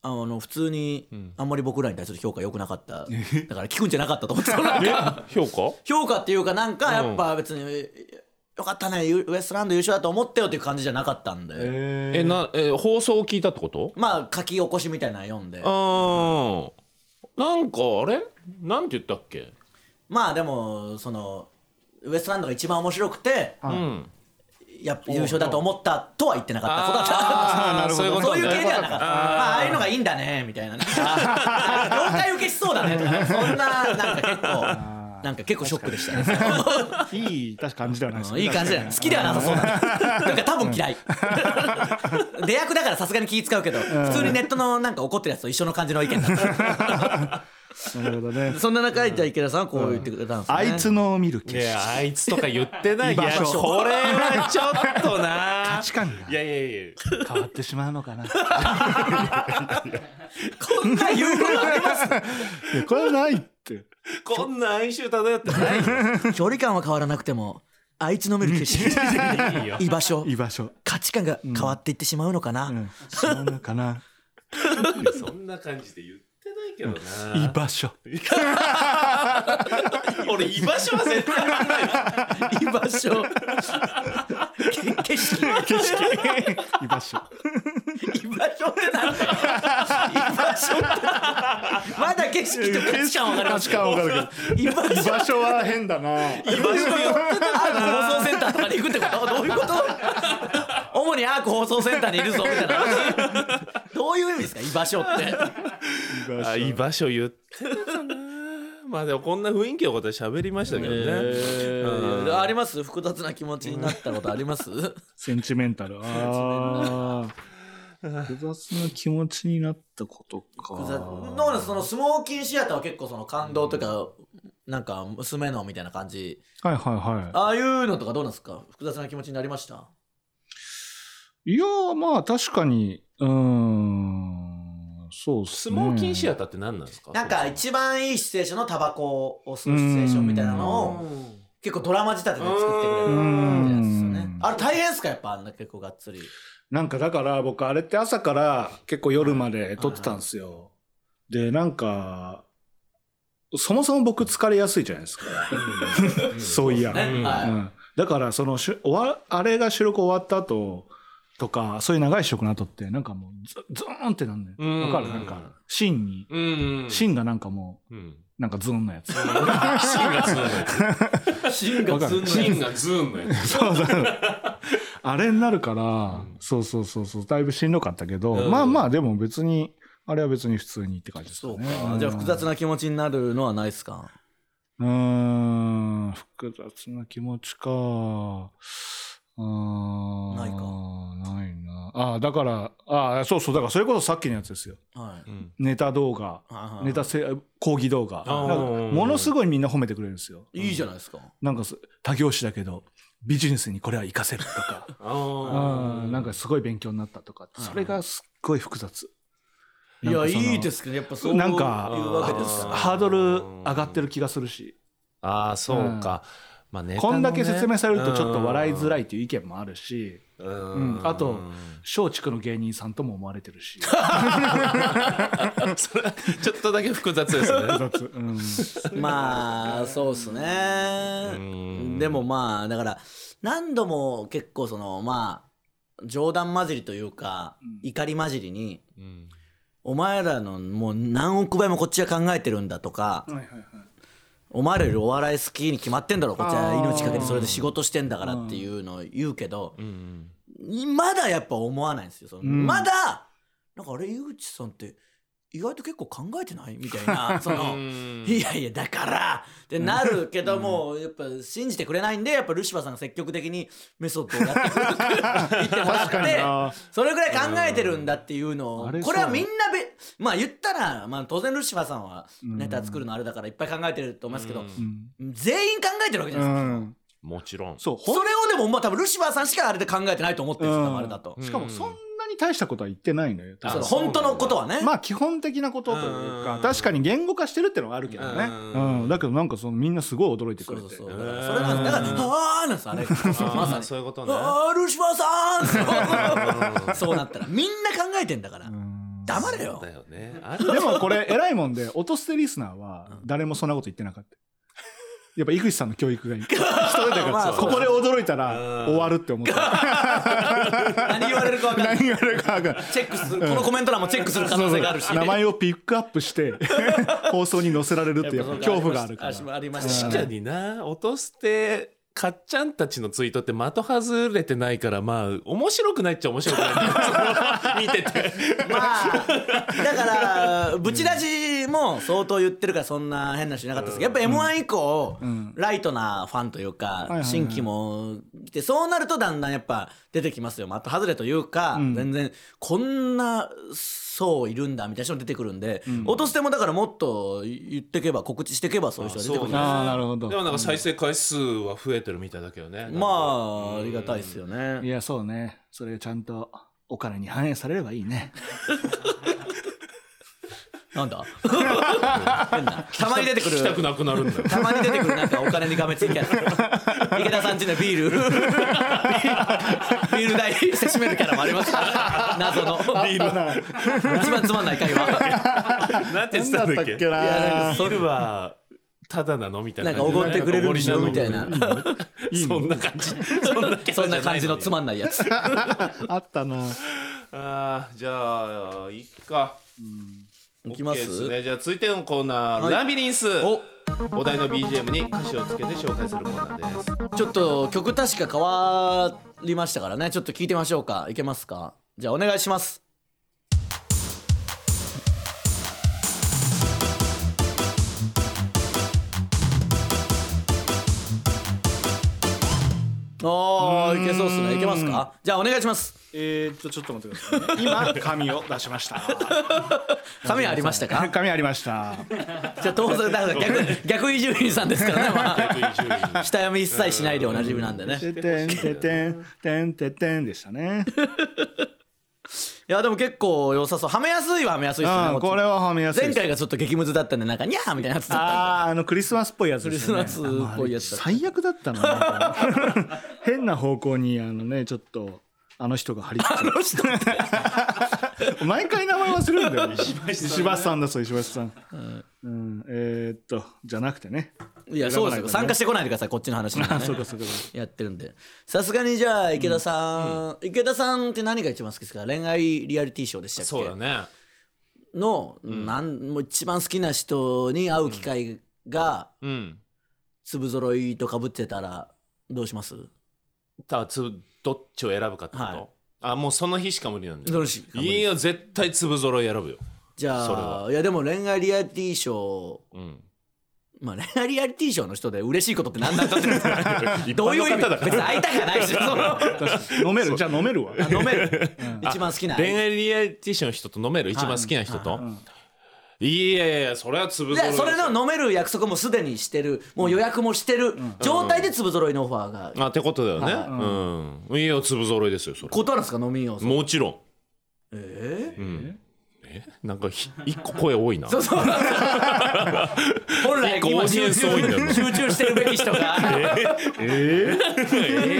[SPEAKER 3] あの普通にあんまり僕らに対する評価良くなかった、 だから聞くんじゃなかったと思ってたなんか
[SPEAKER 1] 評価
[SPEAKER 3] 評価っていうかなんかやっぱ別に、よかったねゆウエストランド優勝だと思ったよっていう感じじゃなかったんで、
[SPEAKER 1] えなえ放送を聞いたってこと
[SPEAKER 3] まあ書き起こしみたいなの読んで
[SPEAKER 1] ああなんかあれなんて言ったっけ
[SPEAKER 3] まあでもそのウエストランドが一番面白くて、
[SPEAKER 1] うん
[SPEAKER 3] やっぱ優勝だと思ったとは言ってなかったことは
[SPEAKER 1] あー
[SPEAKER 2] そういうこと
[SPEAKER 3] そういう系ではなかった。
[SPEAKER 1] あ
[SPEAKER 3] まあ、ああいうのがいいんだね、みたいな。業界受けしそうだね、とか。そんな、なんか結構。なんか結構ショックでしたね。
[SPEAKER 2] いい確か感じではないです
[SPEAKER 3] うんいい感じだよ。好きではなさそうだね。なんか多分嫌い。出役だからさすがに気使うけど、普通にネットのなんか怒ってるやつと一緒の感じの意見だった。
[SPEAKER 2] なるほどね
[SPEAKER 3] そんな中、じゃあ池田さんはこう言ってくれたんですね
[SPEAKER 2] あいつのを見る
[SPEAKER 1] い
[SPEAKER 2] 景
[SPEAKER 1] やあいつとか言ってない
[SPEAKER 2] 居
[SPEAKER 1] い
[SPEAKER 2] 場
[SPEAKER 1] や
[SPEAKER 2] 所
[SPEAKER 1] これはちょっとな
[SPEAKER 2] 価値観が
[SPEAKER 1] いやいやいや
[SPEAKER 2] 変わってしまうのかない
[SPEAKER 3] こんな 言うのあります
[SPEAKER 2] やこれはないって
[SPEAKER 1] こんな哀愁漂ってない
[SPEAKER 3] 距離感は変わらなくても、あいつの見る景色、
[SPEAKER 1] いよ
[SPEAKER 3] 居場所、
[SPEAKER 2] 居場所
[SPEAKER 3] 価値観が変わっていってしまうのかな、
[SPEAKER 2] うんそうのかな
[SPEAKER 1] そんな感じで言ってないけど
[SPEAKER 2] 居
[SPEAKER 1] な
[SPEAKER 2] 場所
[SPEAKER 1] 俺居場所は絶対言わない
[SPEAKER 3] 居場所け景色
[SPEAKER 2] 景色居場所
[SPEAKER 3] 居場所ってなんだよ居場所ってまだ景色と価値観わかりま
[SPEAKER 2] 価
[SPEAKER 3] す
[SPEAKER 2] 値観わかる
[SPEAKER 3] 居場
[SPEAKER 2] けど居
[SPEAKER 3] 所
[SPEAKER 2] 場所は変だな
[SPEAKER 3] 居場所よアーク放送センターとかに行くってことどういうこと主にアーク放送センターにいるぞみたいなどういう意味ですか居場所って
[SPEAKER 1] あ居場所言ってたかなまあでもこんな雰囲気のことで喋りましたけどね、うん
[SPEAKER 3] あります複雑な気持ちになったことあります
[SPEAKER 2] センチメンタルああ複雑な気持ちになったこと
[SPEAKER 3] 複
[SPEAKER 2] か
[SPEAKER 3] 雑どうなんそのスモーキンシアターは結構その感動とか、なんか娘のみたいな感じ
[SPEAKER 2] はいはいは
[SPEAKER 3] ああいうのとかどうなんですか複雑な気持ちになりました
[SPEAKER 2] いいやーまあ確かにうーんそうっす
[SPEAKER 1] ス
[SPEAKER 2] ね
[SPEAKER 1] モーキンシアターって何なんですか
[SPEAKER 3] なんか一番いいシチュエーションのタバコを吸うシチュエーションみたいなのを結構ドラマ仕立てで作ってくれるみたいなやつですよ
[SPEAKER 2] う
[SPEAKER 3] ね
[SPEAKER 2] ん
[SPEAKER 3] あれ大変ですかやっぱあんな結構がっつり
[SPEAKER 2] なんかだから僕あれって朝から結構夜まで撮ってたんですよ。で、なんか、そもそも僕疲れやすいじゃないですか。そういや。
[SPEAKER 3] ね、
[SPEAKER 1] うん
[SPEAKER 2] う
[SPEAKER 3] はい、
[SPEAKER 2] ん、だからそのしゅ終わあれが収録終わった後とかそういう長い収録の後ってなんかもうズズーンってなんね
[SPEAKER 1] うん
[SPEAKER 2] わかるなんかシーンに
[SPEAKER 1] うん
[SPEAKER 2] シーンがなんかも
[SPEAKER 1] うん
[SPEAKER 2] うなんかズーンのやつ
[SPEAKER 1] シーンがズーム
[SPEAKER 3] 芯がずん
[SPEAKER 1] シーンがズームや
[SPEAKER 2] そうそう あれになるから、そうそうそうそうだいぶしんどかったけど、
[SPEAKER 1] うん
[SPEAKER 2] まあまあでも別にあれは別に普通にって感じですか
[SPEAKER 3] そ
[SPEAKER 2] ね
[SPEAKER 3] うかじゃあ複雑な気持ちになるのはないですか
[SPEAKER 2] うーん、複雑な気持ちか。うーん。
[SPEAKER 3] ないか
[SPEAKER 2] ないな。ああ、だから、ああ、そうそう、だからそれこそさっきのやつですよ。
[SPEAKER 3] はい
[SPEAKER 2] ネタ動画、
[SPEAKER 3] はい
[SPEAKER 2] ネタせ講義動画。
[SPEAKER 1] あー
[SPEAKER 2] なんかものすごいみんな褒めてくれるんですよ。
[SPEAKER 3] いいじゃないですか、
[SPEAKER 2] なんかす多業種だけど、ビジネスにこれは活かせるとか。
[SPEAKER 1] あ
[SPEAKER 2] あーなんかすごい勉強になったとか。それがすっごい複雑。
[SPEAKER 3] いや
[SPEAKER 2] なんかその
[SPEAKER 3] いいですけどやっぱそういう
[SPEAKER 2] なんか
[SPEAKER 3] わけです
[SPEAKER 1] あー
[SPEAKER 2] ハードル上がってる気がするし。
[SPEAKER 1] あーそうか、まあネタの
[SPEAKER 2] こ
[SPEAKER 1] ね
[SPEAKER 2] んだけ説明されるとちょっと笑いづらいという意見もあるし、
[SPEAKER 1] うん
[SPEAKER 2] うんあと 松竹の芸人さんとも思われてるし
[SPEAKER 1] それちょっとだけ複雑ですね
[SPEAKER 2] 複雑、うん、
[SPEAKER 3] まあそうっすね
[SPEAKER 1] ん
[SPEAKER 3] でもまあだから何度も結構そのまあ冗談交じりというか怒り交じりに
[SPEAKER 1] うん
[SPEAKER 3] お前らのもう何億倍もこっちは考えてるんだとか
[SPEAKER 2] はいはいはい
[SPEAKER 3] お前らよりお笑い好きに決まってんだろこっちは
[SPEAKER 2] あー
[SPEAKER 3] 命かけてそれで仕事してんだからっていうのを言うけど
[SPEAKER 1] うん
[SPEAKER 3] まだやっぱ思わないんですよその
[SPEAKER 2] ん
[SPEAKER 3] まだなんかあれ井口さんって意外と結構考えてないみたいなその。いやいやだからってなるけども、やっぱ信じてくれないんでやっぱルシファーさんが積極的にメソッドをやってくれる言ってもら
[SPEAKER 2] 確かに
[SPEAKER 3] って
[SPEAKER 2] な
[SPEAKER 3] それぐらい考えてるんだっていうのを、
[SPEAKER 2] うんあれ
[SPEAKER 3] これは
[SPEAKER 2] そう
[SPEAKER 3] みんなべまあ言ったら、まあ、当然ルシファーさんはネタ作るのあれだからいっぱい考えてると思いますけど、
[SPEAKER 2] うん、
[SPEAKER 3] 全員考えてるわけじゃ
[SPEAKER 2] う
[SPEAKER 3] ないですか。
[SPEAKER 2] ん、
[SPEAKER 1] もちろん
[SPEAKER 2] そうほ
[SPEAKER 3] そ
[SPEAKER 2] ん
[SPEAKER 3] れをでもまあ多分ルシファーさんしかあれで考えてないと思ってるんですよ多
[SPEAKER 2] うん
[SPEAKER 3] 分あれだと、
[SPEAKER 2] しかもそんなに大したことは言ってないのよ
[SPEAKER 1] あ
[SPEAKER 3] その
[SPEAKER 1] そう
[SPEAKER 3] 本当のことはね、
[SPEAKER 2] まあ基本的なことという
[SPEAKER 1] う
[SPEAKER 2] か
[SPEAKER 1] ん
[SPEAKER 2] 確かに言語化してるってのはあるけどね
[SPEAKER 1] う
[SPEAKER 2] うんん、だけどなんかそのみんなすごい驚いてく
[SPEAKER 3] そ
[SPEAKER 2] れ
[SPEAKER 3] う
[SPEAKER 2] て
[SPEAKER 3] そうそうだからそれなんですだから「ああ」なんですあ れ
[SPEAKER 1] あー
[SPEAKER 3] まさに
[SPEAKER 1] そういうことね
[SPEAKER 3] あールシファーさん そうなったらみんな考えてんだから黙れよ
[SPEAKER 1] だよねあれ
[SPEAKER 2] でもこれ偉いもんで音捨てリスナーは誰もそんなこと言ってなかったやっぱ井口さんの教育がいい人だからここで驚いたら終わるって思った
[SPEAKER 3] 何言われるか分かんない
[SPEAKER 2] 何があるか分かんない
[SPEAKER 3] チェックするこのコメント欄もチェックする可能性があるし
[SPEAKER 2] 名前をピックアップして放送に載せられるってやっぱ恐怖があるから
[SPEAKER 3] ありました
[SPEAKER 1] 確かにな落としてかっちゃんたちのツイートって的外れてないからまあ面白くないっちゃ面白くない見て て
[SPEAKER 3] まあ だからブチラジも相当言ってるからそんな変な人いなかったですけどやっぱ m 1以降、ライトなファンという
[SPEAKER 2] いはいは
[SPEAKER 3] か
[SPEAKER 2] い
[SPEAKER 3] 新規も来てそうなるとだんだんやっぱ出てきますよ的外れというか、全然こんな層いるんだみたいな人も出てくるんで、落としてもだからもっと言ってけば告知してけばそういう人が出てくるんで
[SPEAKER 2] ああなるほ
[SPEAKER 1] でも
[SPEAKER 2] ど
[SPEAKER 1] なんか再生回数は増えてるみたいだけどね
[SPEAKER 3] まあありがたいですよね
[SPEAKER 2] いやそうねそれがちゃんとお金に反映されればいいね
[SPEAKER 3] なんだ変なたまに出てくる
[SPEAKER 1] 聞きたくなくなるんだよ
[SPEAKER 3] たまに出てくるなんかお金にがめついキャラ池田さんちのビー ルビール代せしめるキャラもありますから謎のビール一番つまんない会話
[SPEAKER 1] なんて言ってたんだっけ
[SPEAKER 2] なんだったっけな
[SPEAKER 1] それはただなのみたい
[SPEAKER 3] な
[SPEAKER 1] なん
[SPEAKER 3] かおごってくれるんでしょみたいな
[SPEAKER 1] そんな感じ
[SPEAKER 3] そんな感じのつまんないやつ
[SPEAKER 2] あったな
[SPEAKER 1] あーじゃあいっか
[SPEAKER 3] いきま
[SPEAKER 1] OK です
[SPEAKER 3] す
[SPEAKER 1] ねじゃあ続いてのコーナー、
[SPEAKER 3] はい
[SPEAKER 1] ラビリンス
[SPEAKER 3] お
[SPEAKER 1] お題の BGM に歌詞をつけて紹介するコーナーです
[SPEAKER 3] ちょっと曲確か変わりましたからねちょっと聞いてみましょうかいけますかじゃあお願いしますあーいけそうっすねいけますかじゃあお願いします
[SPEAKER 2] えーっとちょっと待ってください、ね、今紙を出しました
[SPEAKER 3] 紙ありましたか
[SPEAKER 2] 紙ありました
[SPEAKER 3] じゃあ当然だから逆逆伊集院さんですからね、まあ、下読み一切しないでおなじみなんでね
[SPEAKER 2] ててんててんてんててんでしたね
[SPEAKER 3] いやでも結構良さそうはめやすいははめやすいっすね
[SPEAKER 2] うんこれははめやすい
[SPEAKER 3] 前回がちょっと激ムズだったんでなんかニャーみたいなやつだっ
[SPEAKER 2] あああのクリスマスっぽいやつですよね
[SPEAKER 3] クリスマスっぽいやつだ
[SPEAKER 2] ああれ最悪だったななんか変な方向にあのねちょっとあの人が張り付
[SPEAKER 3] たあの人
[SPEAKER 2] く毎回名前忘れるんだよ石橋さんだそう石橋さん、うん、えー、っとじゃなくてね
[SPEAKER 3] いやそう
[SPEAKER 2] 選ばないから
[SPEAKER 3] ですよ
[SPEAKER 2] ね
[SPEAKER 3] 参加してこないでくださいこっちの話にはね、
[SPEAKER 2] そうかそうか
[SPEAKER 3] やってるんでさすがにじゃあ池田さん、池田さんって何が一番好きですか恋愛リアリティショーでしたっけ
[SPEAKER 1] そうだね
[SPEAKER 3] の、なんもう一番好きな人に会う機会が
[SPEAKER 1] うん
[SPEAKER 3] 粒揃いとかぶってたらどうします
[SPEAKER 1] ただつどっちを選ぶかってこと、
[SPEAKER 3] はい
[SPEAKER 1] あもうその日しか無理なんだ
[SPEAKER 3] ど
[SPEAKER 1] よ
[SPEAKER 3] うし
[SPEAKER 1] いいよ絶対粒揃い選ぶよそ
[SPEAKER 3] じ
[SPEAKER 1] れ
[SPEAKER 3] ゃあいやでも恋愛リアリティショー
[SPEAKER 1] うん
[SPEAKER 3] まあ、恋愛リアリティショーの人で嬉しいことって何なんだってですか どういう意味
[SPEAKER 1] 一般の方だから
[SPEAKER 3] 別に会いたくはないしその
[SPEAKER 2] 飲めるじゃあ飲めるわ
[SPEAKER 3] 飲め る一番好きな
[SPEAKER 1] 恋愛リアリティションの人と飲める一番好きな人と、いやいやいやそれは粒揃い
[SPEAKER 3] で
[SPEAKER 1] です
[SPEAKER 3] そ
[SPEAKER 1] よ
[SPEAKER 3] れの飲める約束もすでにしてるもう予約もしてる状態で粒揃いのオファーが
[SPEAKER 1] あってことだよね、
[SPEAKER 3] はい
[SPEAKER 1] うんいいよ粒揃いですよそれ
[SPEAKER 3] 断るんですか飲みよう
[SPEAKER 1] もちろん
[SPEAKER 3] ええ
[SPEAKER 1] なんかひ一個声多いな
[SPEAKER 3] そうそう本来
[SPEAKER 1] 結構オーディエ
[SPEAKER 3] 集
[SPEAKER 1] ンス
[SPEAKER 3] 中
[SPEAKER 1] 多いんだよな
[SPEAKER 3] 集中してるべき人が
[SPEAKER 1] え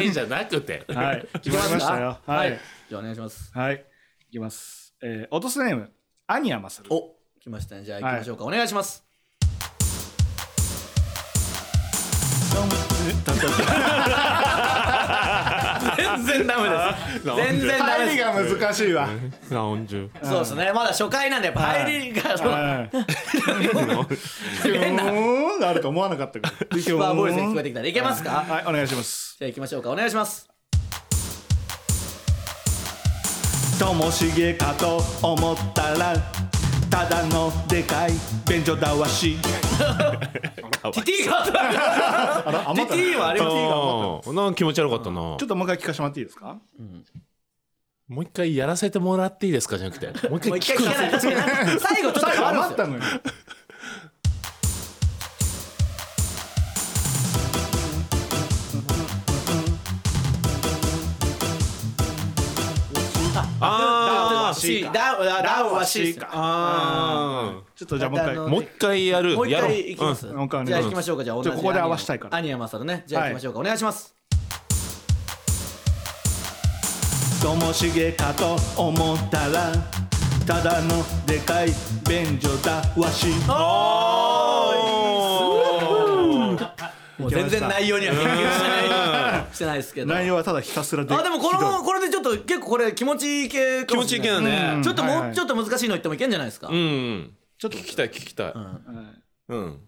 [SPEAKER 1] えじゃなくて
[SPEAKER 2] はい決まりましたよは
[SPEAKER 3] はいいじゃあお願いします
[SPEAKER 2] はいいきますえー、落とすネームアニヤマサル
[SPEAKER 3] お来ましたねじゃあ行きましょうかお願いします全然ダメです全然ダメです
[SPEAKER 2] が難しいわ
[SPEAKER 1] ラウンジ
[SPEAKER 3] そうですねまだ初回なんでやっぱ入りがその
[SPEAKER 2] はいうんあると思わなかったからウィ
[SPEAKER 3] スーパーボイスが聞こえてきたらいけますか
[SPEAKER 2] はいお願いします
[SPEAKER 3] じゃあ行きましょうかお願いします
[SPEAKER 2] ともしげかと思ったらただのでかい便所だわし
[SPEAKER 3] ティティが
[SPEAKER 2] あら
[SPEAKER 3] ティティはあります
[SPEAKER 1] なんか気持ち悪かったな
[SPEAKER 2] ちょっともう一回聞かせてもらっていいですか
[SPEAKER 1] もう一回やらせてもらっていいですかじゃなくてもう一
[SPEAKER 3] も
[SPEAKER 1] 回
[SPEAKER 3] う一
[SPEAKER 1] 聞
[SPEAKER 3] 回
[SPEAKER 1] く
[SPEAKER 3] 聞かない確かに最後ちょっと変わる
[SPEAKER 2] 余
[SPEAKER 3] んですよ
[SPEAKER 2] ったのよ
[SPEAKER 1] あー
[SPEAKER 3] しだだわしか
[SPEAKER 1] あ
[SPEAKER 2] ちょっとじゃあもう一回
[SPEAKER 3] あ
[SPEAKER 1] ーもう一回やる
[SPEAKER 3] もう一
[SPEAKER 1] やろ
[SPEAKER 3] 回いきます、
[SPEAKER 1] うん
[SPEAKER 2] もう一回お願いします
[SPEAKER 3] じゃあ行きましょうかじゃあ同じ
[SPEAKER 2] ちょここで合わせたいから
[SPEAKER 3] アニヤマサルねじゃあ行きましょうか、お願いします
[SPEAKER 2] ともしげかと思ったらただのでかい便所だわし
[SPEAKER 1] おー
[SPEAKER 3] もう全然内容には研究してないしてないですけど
[SPEAKER 2] 内容はただひたすら
[SPEAKER 3] あでもこのこれでちょっと結構これ気持ちいい系
[SPEAKER 1] 気持ちいい系だね
[SPEAKER 3] ちょっと
[SPEAKER 5] はい
[SPEAKER 3] も
[SPEAKER 5] はいう
[SPEAKER 3] ちょっと難しいの言ってもいけんじゃないですか
[SPEAKER 1] うんうん
[SPEAKER 5] ちょっと
[SPEAKER 1] 聞きたい聞きたい
[SPEAKER 3] うん
[SPEAKER 5] はい
[SPEAKER 1] うん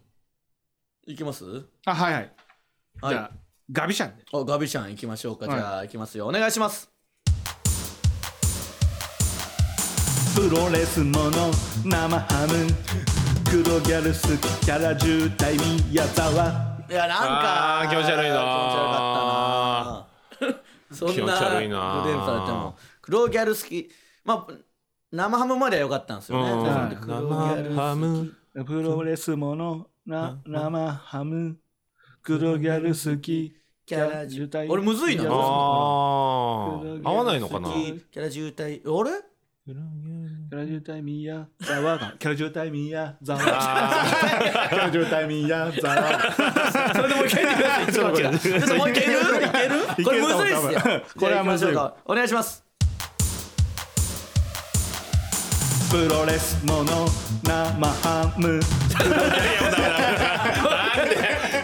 [SPEAKER 3] いきます
[SPEAKER 5] あはいはい
[SPEAKER 3] は
[SPEAKER 5] じ
[SPEAKER 3] い
[SPEAKER 5] ゃあガビシャンで
[SPEAKER 3] あガビちゃんいきましょうかじ
[SPEAKER 5] はい
[SPEAKER 3] ゃあいきますよお願いします
[SPEAKER 2] プロレスもの生ハム黒ギャル好きキャラ渋滞宮沢
[SPEAKER 3] いやなん
[SPEAKER 1] あ
[SPEAKER 3] か
[SPEAKER 1] ー気持ち悪いなー
[SPEAKER 3] 気持ち悪かったなそんな
[SPEAKER 1] 気持ち悪いなー
[SPEAKER 3] ブレームされても黒ギャル好きまあ生ハムまでは良かったんですよね
[SPEAKER 1] うん
[SPEAKER 3] なんで黒ギャル
[SPEAKER 1] 生ハム
[SPEAKER 2] プロレスものな生ハム黒ギャル好き
[SPEAKER 3] キャラ渋
[SPEAKER 2] 滞
[SPEAKER 3] 俺むずいな
[SPEAKER 1] あー合わないのかな
[SPEAKER 3] キャラ渋滞あれ
[SPEAKER 2] キャラ渋滞宮沢がキャラ渋滞宮沢キ ャラ渋滞宮 沢
[SPEAKER 3] それでもう一回言ってくださいちょっと待ってちょっともう一回言ういけるこれむずいっすよ
[SPEAKER 2] これはむずい
[SPEAKER 3] じゃあ行きましょうかお願いします
[SPEAKER 2] プロレスもの生ハム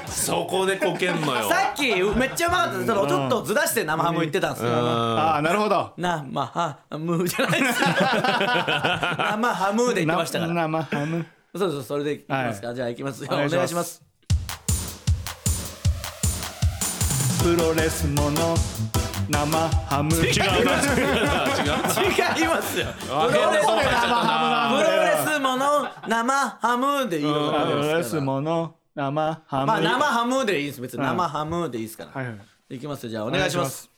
[SPEAKER 1] そこでこけんのよ
[SPEAKER 3] さっきめっちゃうまかったですそのちょっとずらして生ハム言ってたんですよ
[SPEAKER 2] ああなるほど
[SPEAKER 3] 生ハムじ ゃないですよ生ハムで言ってましたから
[SPEAKER 2] 生ハム
[SPEAKER 3] そうそうそれでいきますか、じゃあいきますよお願いします
[SPEAKER 2] プロレスもの生ハム違う
[SPEAKER 3] 違いますよプロ
[SPEAKER 1] あ変な
[SPEAKER 3] レス
[SPEAKER 1] こと言っちゃったな
[SPEAKER 3] プロレスもの生ハムでいいのかな
[SPEAKER 2] プロレスもの生ハム
[SPEAKER 3] まあ生ハムでいいです別に
[SPEAKER 2] はい
[SPEAKER 3] 生ハムでいいですから、
[SPEAKER 2] はいはい
[SPEAKER 3] い、きますよじゃあお願いします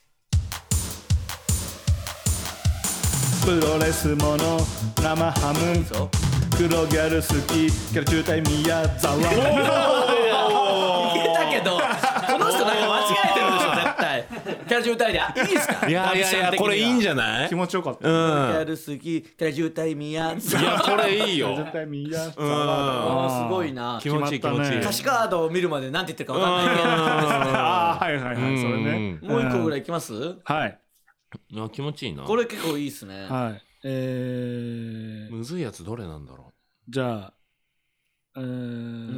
[SPEAKER 2] プロレスもの生ハム
[SPEAKER 3] そう
[SPEAKER 2] 黒ギャル好きキャラ中隊宮沢
[SPEAKER 3] い けたけどこの人なんか間違えてるでしょ絶対キャラ渋滞であいいですか
[SPEAKER 1] いやいやいやこれいいん
[SPEAKER 3] ゃ
[SPEAKER 1] じゃない
[SPEAKER 2] 気
[SPEAKER 1] うん
[SPEAKER 2] 持ちよかった
[SPEAKER 1] い
[SPEAKER 3] キャ
[SPEAKER 1] や
[SPEAKER 3] ラ好きキャラ渋滞宮沢
[SPEAKER 1] これいいよ
[SPEAKER 2] 中隊宮沢
[SPEAKER 1] うん
[SPEAKER 3] あーすごいな
[SPEAKER 1] 気持ちいい気
[SPEAKER 2] 決ま
[SPEAKER 1] 持
[SPEAKER 2] っ
[SPEAKER 1] ち
[SPEAKER 2] た
[SPEAKER 1] い
[SPEAKER 2] ね
[SPEAKER 1] い
[SPEAKER 3] 歌詞カードを見るまでなんて言ってるかわかんないけど
[SPEAKER 2] ああはいはいはいそれね
[SPEAKER 1] うん
[SPEAKER 3] もう一個ぐらいいきます
[SPEAKER 2] はい
[SPEAKER 1] いや気持ちいいな
[SPEAKER 3] これ結構いいっすね
[SPEAKER 2] はいえー
[SPEAKER 1] むずいやつどれなんだろ
[SPEAKER 2] じゃあえー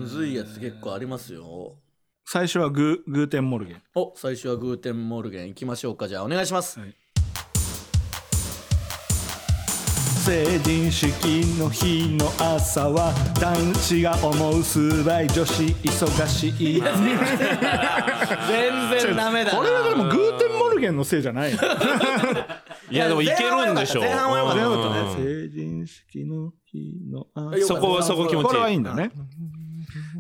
[SPEAKER 3] むずいやつ結構ありますよ
[SPEAKER 2] 最初はグーグーテンモルゲン
[SPEAKER 3] お最初はグーテンモルゲンいきましょうかじゃあお願いします
[SPEAKER 2] 成人式の日の朝は男子が思う素早い女子忙しい
[SPEAKER 3] 全然ダメだな
[SPEAKER 2] これはでもグーテンモルゲンのせいじゃないの
[SPEAKER 1] ういやでもいけるんでしょ
[SPEAKER 3] 前半は良かった前半は良
[SPEAKER 1] うん
[SPEAKER 2] 成人式の日の朝
[SPEAKER 3] よ
[SPEAKER 1] そこはそこ気持ちいい
[SPEAKER 2] これはいいんだね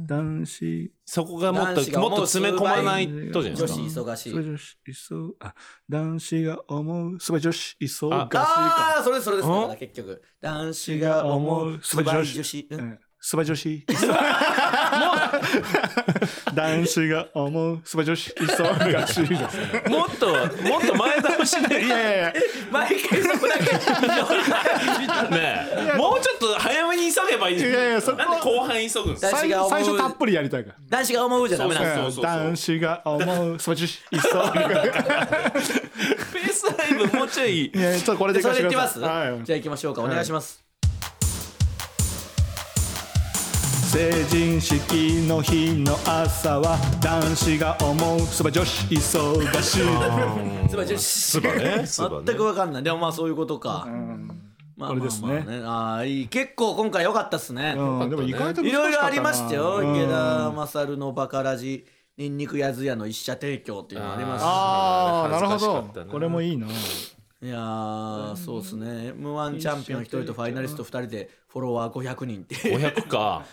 [SPEAKER 2] 男子
[SPEAKER 1] そこがもっ
[SPEAKER 3] 男子が
[SPEAKER 1] とも
[SPEAKER 3] 思う
[SPEAKER 1] っと詰め込まないとじゃない
[SPEAKER 3] 女
[SPEAKER 1] で
[SPEAKER 3] 子
[SPEAKER 1] すか
[SPEAKER 3] 忙し
[SPEAKER 2] 素早い
[SPEAKER 3] い
[SPEAKER 2] 女子忙あ男子が思う素早い女子忙しい
[SPEAKER 3] あ
[SPEAKER 2] か
[SPEAKER 3] あーそれそれです
[SPEAKER 1] うん
[SPEAKER 3] だから結局男子が思う素早い女子う
[SPEAKER 2] うんん素早い女子男子が思う素早い女子忙しいですね
[SPEAKER 1] もっともっと前倒しで
[SPEAKER 2] いやいやいや
[SPEAKER 3] 毎回そこだけ
[SPEAKER 1] ねえもうちょっと早めに急げばいい
[SPEAKER 2] いやいやそこは
[SPEAKER 1] なんで後半急ぐんですか
[SPEAKER 3] 男子
[SPEAKER 2] 最
[SPEAKER 3] が思う
[SPEAKER 2] 最初たっぷりやりたいから
[SPEAKER 3] 男子が思うじゃダメなんですよ
[SPEAKER 1] そうそうそう
[SPEAKER 2] 男子が思う素早い女子忙し
[SPEAKER 1] ペ
[SPEAKER 2] い
[SPEAKER 1] ース配分もうちょい
[SPEAKER 2] いやいやちょっとこれで
[SPEAKER 3] それでい
[SPEAKER 2] 行
[SPEAKER 3] き
[SPEAKER 2] か
[SPEAKER 3] ま
[SPEAKER 2] せ
[SPEAKER 3] す
[SPEAKER 2] て
[SPEAKER 3] じ
[SPEAKER 2] ください
[SPEAKER 3] ゃ
[SPEAKER 2] はい
[SPEAKER 3] あ行きましょうかお願いします
[SPEAKER 2] 成人式の日の朝は男子が思うそば女子忙しい
[SPEAKER 3] 素早い女子
[SPEAKER 1] ばねす
[SPEAKER 3] 全くわかんないでもまあそういうことかまあまあまあ
[SPEAKER 2] これですね
[SPEAKER 3] ああいい結構今回良かったっすね
[SPEAKER 2] うんでも意外と難しかったない
[SPEAKER 3] ろいろありましたよ
[SPEAKER 2] うん
[SPEAKER 3] 池田勝のバカラジニンニクやずやの一社提供っていうのがあります
[SPEAKER 2] ああなるほ
[SPEAKER 1] 恥ずかしかった
[SPEAKER 2] ど
[SPEAKER 1] な
[SPEAKER 2] これもいいない
[SPEAKER 3] やーそうですね m 1チャンピオン1人とファイナリスト2人でフォロワー500人っていう
[SPEAKER 1] 500か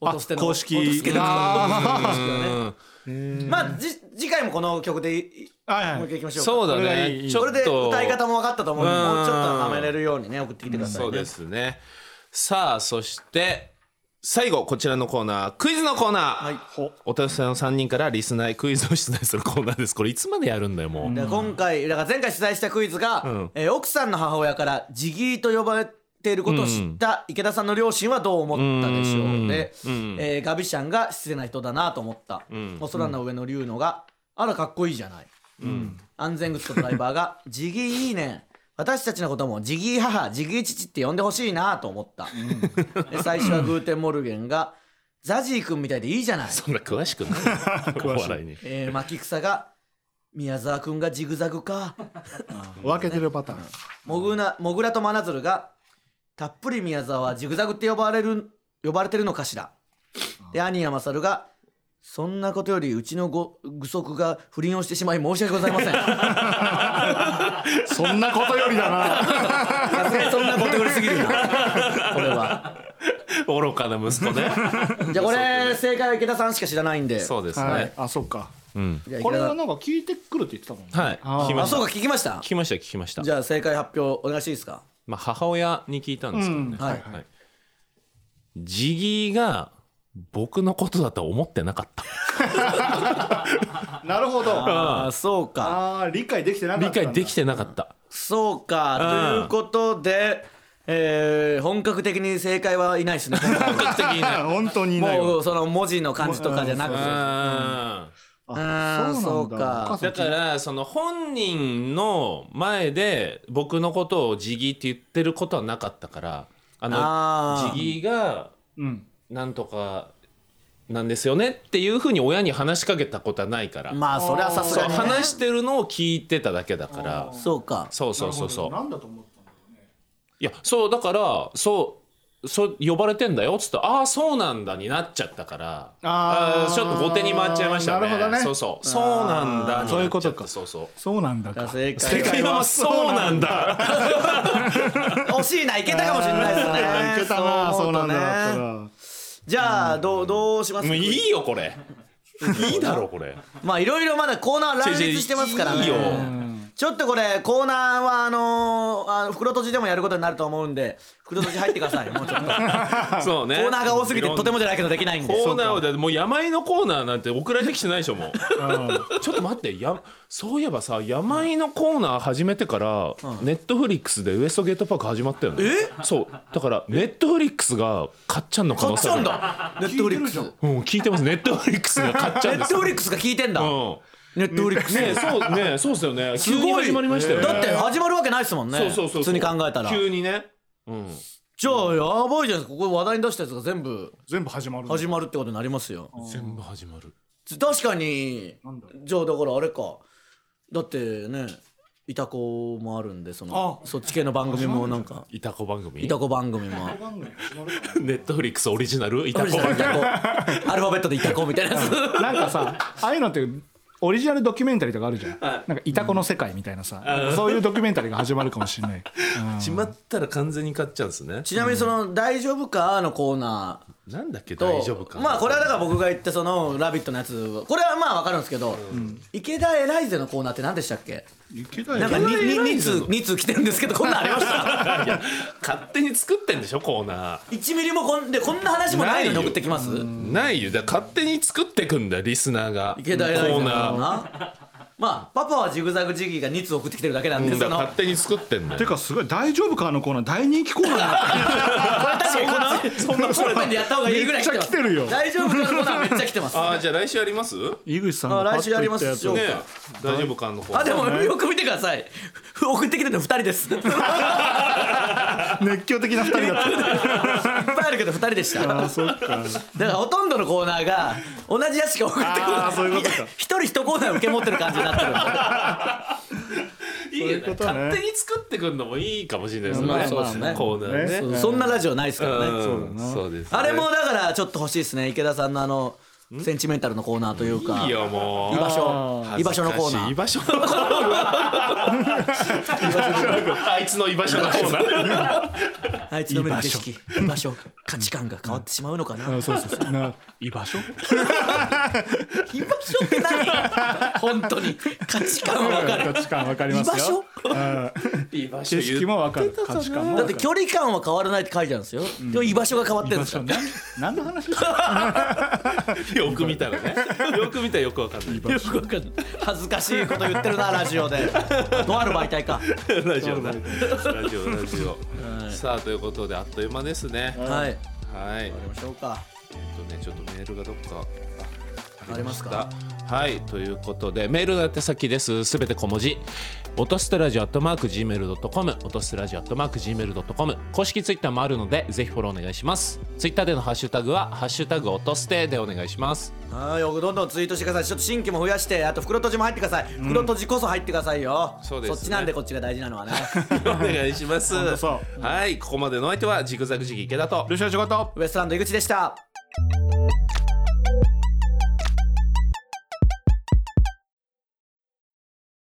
[SPEAKER 3] 音捨ての
[SPEAKER 2] 公式
[SPEAKER 3] 音捨ての
[SPEAKER 2] あ
[SPEAKER 1] うん
[SPEAKER 3] まあじ次回もこの曲でい
[SPEAKER 2] はいはい
[SPEAKER 3] もう一回いきましょうか
[SPEAKER 1] そうだ
[SPEAKER 2] これがい
[SPEAKER 1] ね
[SPEAKER 2] い
[SPEAKER 1] ちょ
[SPEAKER 3] これ
[SPEAKER 1] っ
[SPEAKER 3] で
[SPEAKER 1] と
[SPEAKER 3] 歌い方も分かったと思うのでもうちょっとはめれるようにね送ってきてください
[SPEAKER 1] そう
[SPEAKER 3] ね
[SPEAKER 1] ですねさあそして最後こちらのコーナークイズのコーナー、
[SPEAKER 2] ほ
[SPEAKER 1] おたさんの3人からリスナーへクイズを出題するコーナーですこれいつまでやるんだよもう、
[SPEAKER 3] で今回だから前回取材したクイズが、
[SPEAKER 1] ん
[SPEAKER 3] えー奥さんの母親からジギーと呼ばれていることを知った池田さんの両親はどう思ったでしょうで、えーガビシャンが失礼な人だなと思った、お空の上の龍野があらかっこいいじゃない、安全靴とドライバーが「ジギーいいね」私たちのこともジギー母ジギー父って呼んでほしいなと思った、で最初はグーテンモルゲンがザジー君みたいでいいじゃない、
[SPEAKER 1] そんな詳 しくない。お笑いに。
[SPEAKER 3] えー、巻き草が宮沢君がジグザグか
[SPEAKER 5] 分けてるパターン
[SPEAKER 3] モグなモグラと真鶴がたっぷり宮沢はジグザグって呼ばれる呼ばれてるのかしらで兄や勝がそんなことよりうちのご具足が不倫をしてしまい申し訳ございません
[SPEAKER 5] そんなことよりだな
[SPEAKER 3] さすがにそんなことよりすぎるなこれは
[SPEAKER 1] 愚かな息子 ね。
[SPEAKER 3] じゃあこれ正解は池田さんしか知らないんで
[SPEAKER 1] そうです
[SPEAKER 5] はい
[SPEAKER 1] ね。
[SPEAKER 5] あそっか
[SPEAKER 3] じゃあ池
[SPEAKER 2] こ
[SPEAKER 3] 田
[SPEAKER 2] れ
[SPEAKER 3] さ
[SPEAKER 2] は
[SPEAKER 3] ん
[SPEAKER 2] なんか聞いてくるって言ってたもんね
[SPEAKER 1] はい。聞きま
[SPEAKER 3] あ
[SPEAKER 1] し
[SPEAKER 3] そ
[SPEAKER 1] た。聞
[SPEAKER 3] うか聞きました
[SPEAKER 1] きました聞きました
[SPEAKER 3] じ。ゃあ正解発表お願いしていいですか
[SPEAKER 1] まあ母親に聞いたんですけどね。
[SPEAKER 3] うんはい
[SPEAKER 1] はい。ジギーが僕のことだとは思ってなかった。
[SPEAKER 5] なるほど
[SPEAKER 3] ああそうか
[SPEAKER 5] ああ理解できてなかっ た
[SPEAKER 1] 理
[SPEAKER 5] んだ
[SPEAKER 1] 解できてなかった。
[SPEAKER 3] そうか、
[SPEAKER 1] うん
[SPEAKER 3] ということで、えー本格的に正解はいないですね
[SPEAKER 1] 的に ね。
[SPEAKER 5] あ本当にいないわ
[SPEAKER 3] もうその文字の感じとかじゃなく
[SPEAKER 1] う
[SPEAKER 3] て
[SPEAKER 1] ん。
[SPEAKER 3] あー
[SPEAKER 5] そうなんだ
[SPEAKER 3] そうか
[SPEAKER 5] お母さ
[SPEAKER 1] だ
[SPEAKER 5] ん聞いて
[SPEAKER 1] からその本人の前で僕のことをジギーって言ってることはなかったからあ
[SPEAKER 3] あ
[SPEAKER 1] の
[SPEAKER 3] ー
[SPEAKER 1] ジギーが
[SPEAKER 2] うん
[SPEAKER 1] なんとかなんですよねっていうふうに親に話しかけたことはないから、
[SPEAKER 3] まあそれはさす
[SPEAKER 1] そう
[SPEAKER 3] がにね
[SPEAKER 1] 話してるのを聞いてただけだから
[SPEAKER 3] そうか
[SPEAKER 1] そうそうそうそう
[SPEAKER 2] なんだと思ったんだ
[SPEAKER 1] いやそうだからそうそう呼ばれてんだよっつってああそうなんだになっちゃったから
[SPEAKER 5] あー
[SPEAKER 1] ーちょっと後手に回っちゃいましたね
[SPEAKER 5] なるほどね
[SPEAKER 1] そうそうそうなんだになっちゃった
[SPEAKER 5] そういうことか
[SPEAKER 1] そうそう
[SPEAKER 5] そうなんだか
[SPEAKER 3] 正
[SPEAKER 1] 正
[SPEAKER 3] 解
[SPEAKER 1] 解はそうなんだ。
[SPEAKER 3] 惜しいないけたかもしれないですね
[SPEAKER 5] いけたなそうなんだだった
[SPEAKER 3] ね
[SPEAKER 5] ら
[SPEAKER 3] じゃあどうどうします
[SPEAKER 1] も
[SPEAKER 3] か
[SPEAKER 1] ういいよこれ。いいだろこれ。
[SPEAKER 3] まあいろいろまだコーナー乱立してますからね
[SPEAKER 1] いいよ。
[SPEAKER 3] ちょっとこれコーナーはあのーあの袋閉じでもやることになると思うんで袋閉じ入ってくださいもうちょっとコ
[SPEAKER 1] そうね。
[SPEAKER 3] ーナーが多すぎてとてもじゃないけどできないんで
[SPEAKER 1] コーナーはだってもう山井のコーナーなんて送られてきてないでしょもう。 ちょっと待ってやそういえばさ山井のコーナー始めてからネットフリックスでウエストゲートパーク始まったよね。え？そうだからネットフリックスがかっちゃんの可
[SPEAKER 3] 買
[SPEAKER 1] 能
[SPEAKER 3] っ
[SPEAKER 1] 性
[SPEAKER 3] ち
[SPEAKER 1] が
[SPEAKER 3] ゃうん。だネットフリックスネ
[SPEAKER 1] うん聞いてますネットフリックスがかっちゃんで
[SPEAKER 3] ッ
[SPEAKER 1] す
[SPEAKER 3] ト。フリックスが聞いてんだ
[SPEAKER 1] うん。
[SPEAKER 3] ネットフリックス
[SPEAKER 1] ねそうねそうですよね。
[SPEAKER 3] す
[SPEAKER 1] 急に
[SPEAKER 3] ごい
[SPEAKER 1] 始まりましたよね。
[SPEAKER 3] だって始まるわけないですもんね
[SPEAKER 1] そうそうそうそう
[SPEAKER 3] 普通に考えたら
[SPEAKER 1] 急にね。うん。
[SPEAKER 3] じゃあやばいじゃないですかここで話題に出したやつが全部
[SPEAKER 5] 全部始まる
[SPEAKER 3] 始まるってことになりますよ
[SPEAKER 1] 全部始まる。
[SPEAKER 3] 確かにじゃあだからあれかだってねいたこもあるんでそのそっち系の番組もなんか
[SPEAKER 1] いたこ番組
[SPEAKER 3] いたこ番組も
[SPEAKER 1] ネットフリックスオリジナルいた
[SPEAKER 3] ある
[SPEAKER 1] こ
[SPEAKER 3] じゃない
[SPEAKER 1] 番
[SPEAKER 3] いたこアルファベットでいたこみたいなやつ
[SPEAKER 5] なんかさああいうのってオリジナルドキュメンタリーとかあるじゃん、なんかイタコの世界みたいなさ、そういうドキュメンタリーが始まるかもしれない、
[SPEAKER 1] 組決まったら完全に買っちゃうんですね
[SPEAKER 3] ちなみにその「大丈夫か?」のコーナー
[SPEAKER 1] なんだっけ
[SPEAKER 3] と
[SPEAKER 1] 大丈夫か
[SPEAKER 3] まあこれはだから僕が言ったその「ラビット!」のやつはこれはまあわかるんですけど、池田エライゼのコーナーって何でしたっけなんか 2, 通2通来てるんですけどこんなんありました
[SPEAKER 1] いや勝手に作ってんでしょコーナ
[SPEAKER 3] 1ミリもこんでこんな話もない
[SPEAKER 1] ない
[SPEAKER 3] のに
[SPEAKER 1] よ
[SPEAKER 3] 送ってきます
[SPEAKER 1] ーないよだから勝手に作ってくんだよリスナーが
[SPEAKER 3] 池田エライゼ
[SPEAKER 1] コ
[SPEAKER 3] のコ
[SPEAKER 1] ー
[SPEAKER 3] ー
[SPEAKER 1] ナー
[SPEAKER 3] ナーまあパパはジグザグジギーが2通送ってきてるだけなんで
[SPEAKER 1] だ
[SPEAKER 3] す
[SPEAKER 1] か
[SPEAKER 3] そ
[SPEAKER 1] ら
[SPEAKER 3] の
[SPEAKER 1] 勝手に作ってんだ
[SPEAKER 5] て
[SPEAKER 1] よ
[SPEAKER 5] かすごい「大丈夫か?」のコーナー大人気コーナーになってる
[SPEAKER 3] そんなそれまでやった方がいいぐらい来てます
[SPEAKER 5] めっちゃ来てるよ
[SPEAKER 3] 大丈夫かのコーナーめっちゃ来てます
[SPEAKER 1] ああじゃあ来週やりますね
[SPEAKER 5] 井口さん
[SPEAKER 3] あ
[SPEAKER 5] がパッ
[SPEAKER 3] 来
[SPEAKER 5] と
[SPEAKER 3] 週やります
[SPEAKER 5] 言
[SPEAKER 3] で
[SPEAKER 5] った
[SPEAKER 3] しょうか
[SPEAKER 1] え大丈夫かのコーナー
[SPEAKER 3] あでもよく見てください送ってきてるの2人です いっ
[SPEAKER 5] やつ熱狂的な2人だっ
[SPEAKER 3] ぱいあるけど2人でした
[SPEAKER 5] たあそ
[SPEAKER 3] だ
[SPEAKER 5] っか
[SPEAKER 3] からほとんどのコーナーが同じやつしか送ってこない
[SPEAKER 5] あーそういうことか
[SPEAKER 3] 一人一コーナー受け持ってる感じになってるんで
[SPEAKER 1] いいよね
[SPEAKER 5] そういうことね
[SPEAKER 1] 勝手に作ってくんのもいいかもしれないですね、
[SPEAKER 5] まあまあ
[SPEAKER 1] そうですねコーナーね
[SPEAKER 5] ね
[SPEAKER 1] う
[SPEAKER 3] そんなラジオないですからね、
[SPEAKER 1] んそうですね
[SPEAKER 3] あれもだからちょっと欲しいですね池田さんのあのセンチメンタルのコーナーというか
[SPEAKER 1] いいよもう
[SPEAKER 3] 居場所居場所のコーナ
[SPEAKER 1] 居
[SPEAKER 3] ー
[SPEAKER 1] 場所のコー ナーあいつの居場所のコーナー
[SPEAKER 3] あいつの目の景色居場所価値観が変わってしまうのかな、
[SPEAKER 5] あそうそうそうな
[SPEAKER 1] 居場所
[SPEAKER 3] 居場所って何本当に価値観は分かる
[SPEAKER 5] 価値観分かりますよ
[SPEAKER 3] 居
[SPEAKER 1] 居場
[SPEAKER 3] 場所
[SPEAKER 1] 所
[SPEAKER 5] 景色も分かる価値観も
[SPEAKER 3] だって距離感は変わらないって書いてあるんですよ、でも居場所が変わってるんです から
[SPEAKER 5] 何の話
[SPEAKER 1] よく見たら ねよく見たらよくわかんない
[SPEAKER 3] よくわかんない恥ずかしいこと言って るなラジオでとある媒体か
[SPEAKER 1] ラジオなラジオラジオさあということであっという間ですね
[SPEAKER 3] はいや
[SPEAKER 1] はいえっ
[SPEAKER 3] りましょうか
[SPEAKER 1] とねちょっとメールがどっか
[SPEAKER 3] あります
[SPEAKER 1] あ
[SPEAKER 3] か
[SPEAKER 1] はいということでメールの宛先ですすべて小文字音ステラジオアットマーク Gmail.com 音ステラジオアットマーク Gmail.com 公式ツイッターもあるのでぜひフォローお願いしますツイッターでのハッシュタグは「ハッシュタグ音ステ」でお願いします
[SPEAKER 3] はいよくどんどんツイートしてくださいちょっと新規も増やしてあと袋とじも入ってください袋とじこそ入ってくださいよ、
[SPEAKER 1] そうですね
[SPEAKER 3] そっちなんでこっちが大事なのはね
[SPEAKER 1] お願いします
[SPEAKER 5] そ
[SPEAKER 1] はいここまでのお相手はジグザグジギ池田と
[SPEAKER 5] ルシア仕事
[SPEAKER 3] ウエストランド井口でした